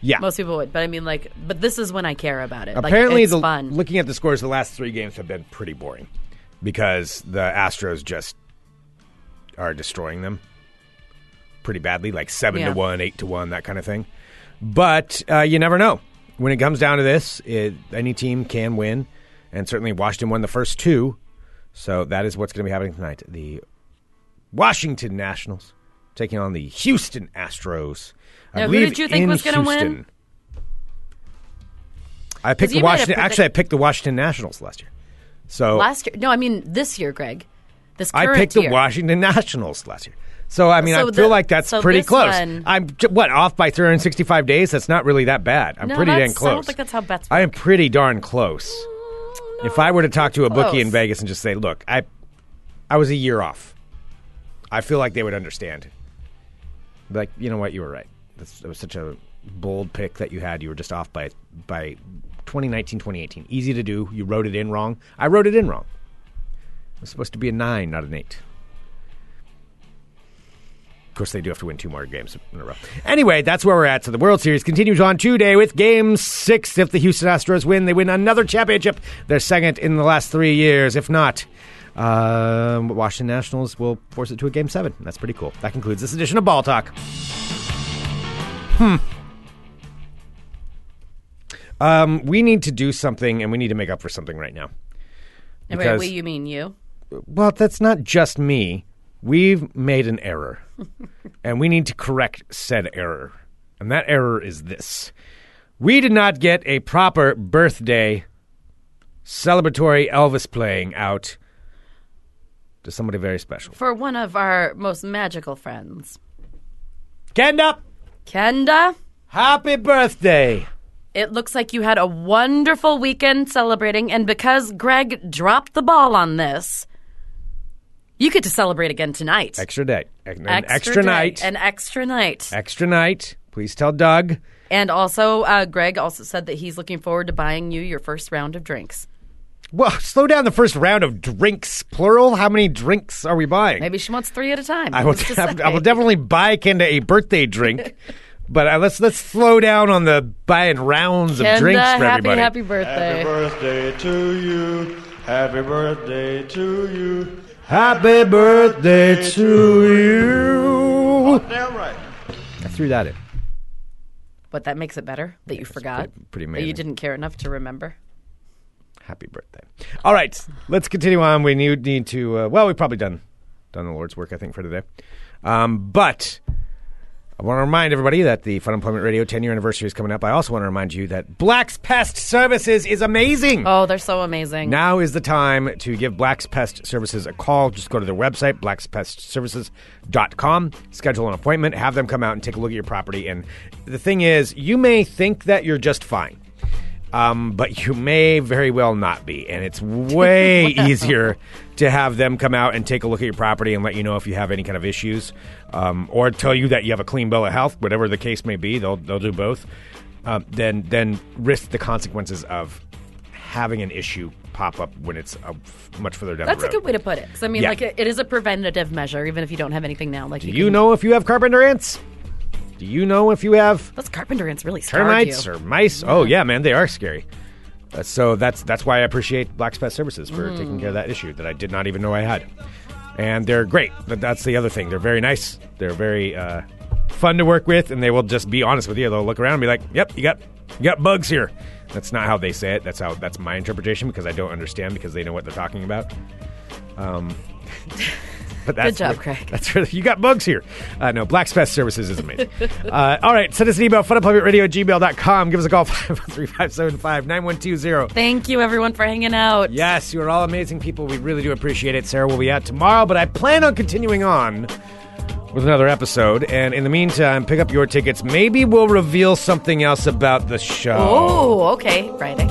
S5: Yeah.
S6: Most people would, but I mean, like, but this is when I care about it. Like,
S5: Apparently,
S6: it's
S5: the,
S6: fun.
S5: looking at the scores, the last three games have been pretty boring because the Astros just are destroying them pretty badly, like seven
S6: Yeah.
S5: to one, eight to one, that kind of thing. But uh, you never know. When it comes down to this, it, any team can win, and certainly Washington won the first two, so that is what's going to be happening tonight. The Washington Nationals taking on the Houston Astros. I
S6: Now, who
S5: believe
S6: did you think
S5: in
S6: was gonna win?
S5: Houston. I picked
S6: you
S5: the
S6: made a
S5: Washington.
S6: predict-
S5: actually, I picked the Washington Nationals last year. So
S6: last year, no, I mean this year, Greg. This
S5: I
S6: current
S5: picked the
S6: year.
S5: Washington Nationals last year. So I mean, I
S6: So
S5: feel
S6: the-
S5: like that's
S6: so
S5: pretty
S6: this
S5: close.
S6: one-
S5: I'm j- what off by 365 days. That's not really that bad. I'm
S6: No,
S5: pretty
S6: that's-
S5: dang close.
S6: I don't think that's how bets
S5: I am pretty darn close. If I were to talk to a bookie in
S6: close.
S5: Vegas and just say, "Look, I, I was a year off," I feel like they would understand. Like, you know what? You were right. That's, that was such a bold pick that you had. You were just off by by 2019, 2018. Easy to do. You wrote it in wrong. I wrote it in wrong. It was supposed to be a nine, not an eight. Of course, they do have to win two more games in a row. Anyway, that's where we're at. So the World Series continues on today with Game Six. If the Houston Astros win, they win another championship. Their second in the last three years. If not, um, Washington Nationals will force it to a Game Seven. That's pretty cool. That concludes this edition of Ball Talk. Hmm. Um, we need to do something, and we need to make up for something right now.
S6: And wait,
S5: because-
S6: we, you mean you?
S5: Well, that's not just me. We've made an error, and we need to correct said error. And that error is this we did not get a proper birthday celebratory Elvis playing out to somebody very special.
S6: For one of our most magical friends,
S5: Kenda,
S6: Kenda.
S5: happy birthday!
S6: It looks like you had a wonderful weekend celebrating, and because Greg dropped the ball on this, you get to celebrate again tonight.
S5: Extra day. An
S6: Extra
S5: extra,
S6: day,
S5: night.
S6: An extra night.
S5: extra night. Please tell Doug.
S6: And also, uh, Greg also said that he's looking forward to buying you your first round of drinks.
S5: Well, slow down the first round of drinks, plural. How many drinks are we buying?
S6: Maybe she wants three at a time.
S5: I will.
S6: Who's to
S5: def- I will
S6: say?
S5: definitely buy Kenda a birthday drink,
S6: [LAUGHS]
S5: but uh, let's let's slow down on the buying rounds
S6: Kenda,
S5: of drinks for
S6: happy,
S5: everybody.
S6: happy birthday.
S2: Happy birthday to you. Happy birthday to you.
S5: Happy birthday to you!
S2: Damn right.
S5: I threw that in.
S6: But that makes it better that you forgot.
S5: pretty- pretty
S6: That you
S5: amazing.
S6: didn't care enough to remember.
S5: Happy birthday! All right, let's continue on. We need need to. Uh, well, we've probably done done the Lord's work, I think, for today. Um, but I want to remind everybody that the Fun Employment Radio 10 year anniversary is coming up. I also want to remind you that Black's Pest Services is amazing.
S6: Oh, they're so amazing.
S5: Now is the time to give Black's Pest Services a call. Just go to their website, blackspestservices.com, schedule an appointment, have them come out and take a look at your property. And the thing is, you may think that you're just fine, um, but you may very well not be. And it's
S6: [LAUGHS]
S5: way [LAUGHS] easier to have them come out and take a look at your property and let you know if you have any kind of issues um, or tell you that you have a clean bill of health, whatever the case may be. They'll, they'll do both. Um, then, then risk the consequences of having an issue pop up when it's uh, much further down
S6: That's
S5: the
S6: a
S5: road.
S6: good way to put it. 'Cause, I mean,
S5: Yeah.
S6: like it, it is a preventative measure, even if you don't have anything now. Like
S5: Do
S6: can-
S5: you know if you have carpenter ants? Do you know if you have
S6: those carpenter ants really scarred
S5: termites
S6: you.
S5: or mice? Oh yeah, man, they are scary. Uh, so that's that's why I appreciate Black Spot Services for taking care of that issue that I did not even know I had. And they're great. But that's the other thing. They're very nice. They're very uh, fun to work with, and they will just be honest with you. They'll look around and be like, "Yep, you got you got bugs here." That's not how they say it. That's how that's my interpretation because I don't understand because they know what they're talking about. But that's
S6: Good job,
S5: where-
S6: Craig.
S5: [LAUGHS] That's where you got bugs here. Uh, no, Black Spec Services is amazing. [LAUGHS] uh, all right, send us an email, funemploymentradio@gmail.com. Give us a call, [LAUGHS] 503-575-9120.
S6: Thank you, everyone, for hanging out.
S5: Yes, you are all amazing people. We really do appreciate it. Sarah will be out tomorrow, but I plan on continuing on with another episode. And in the meantime, pick up your tickets. Maybe we'll reveal something else about the show.
S6: Oh, okay. Friday.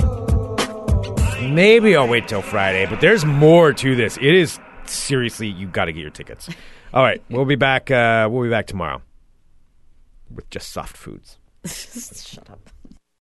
S5: Maybe I'll wait till Friday, but there's more to this. It is seriously, you got to get your tickets. All right, we'll be back. Uh, we'll be back tomorrow with just soft foods.
S6: Shut up.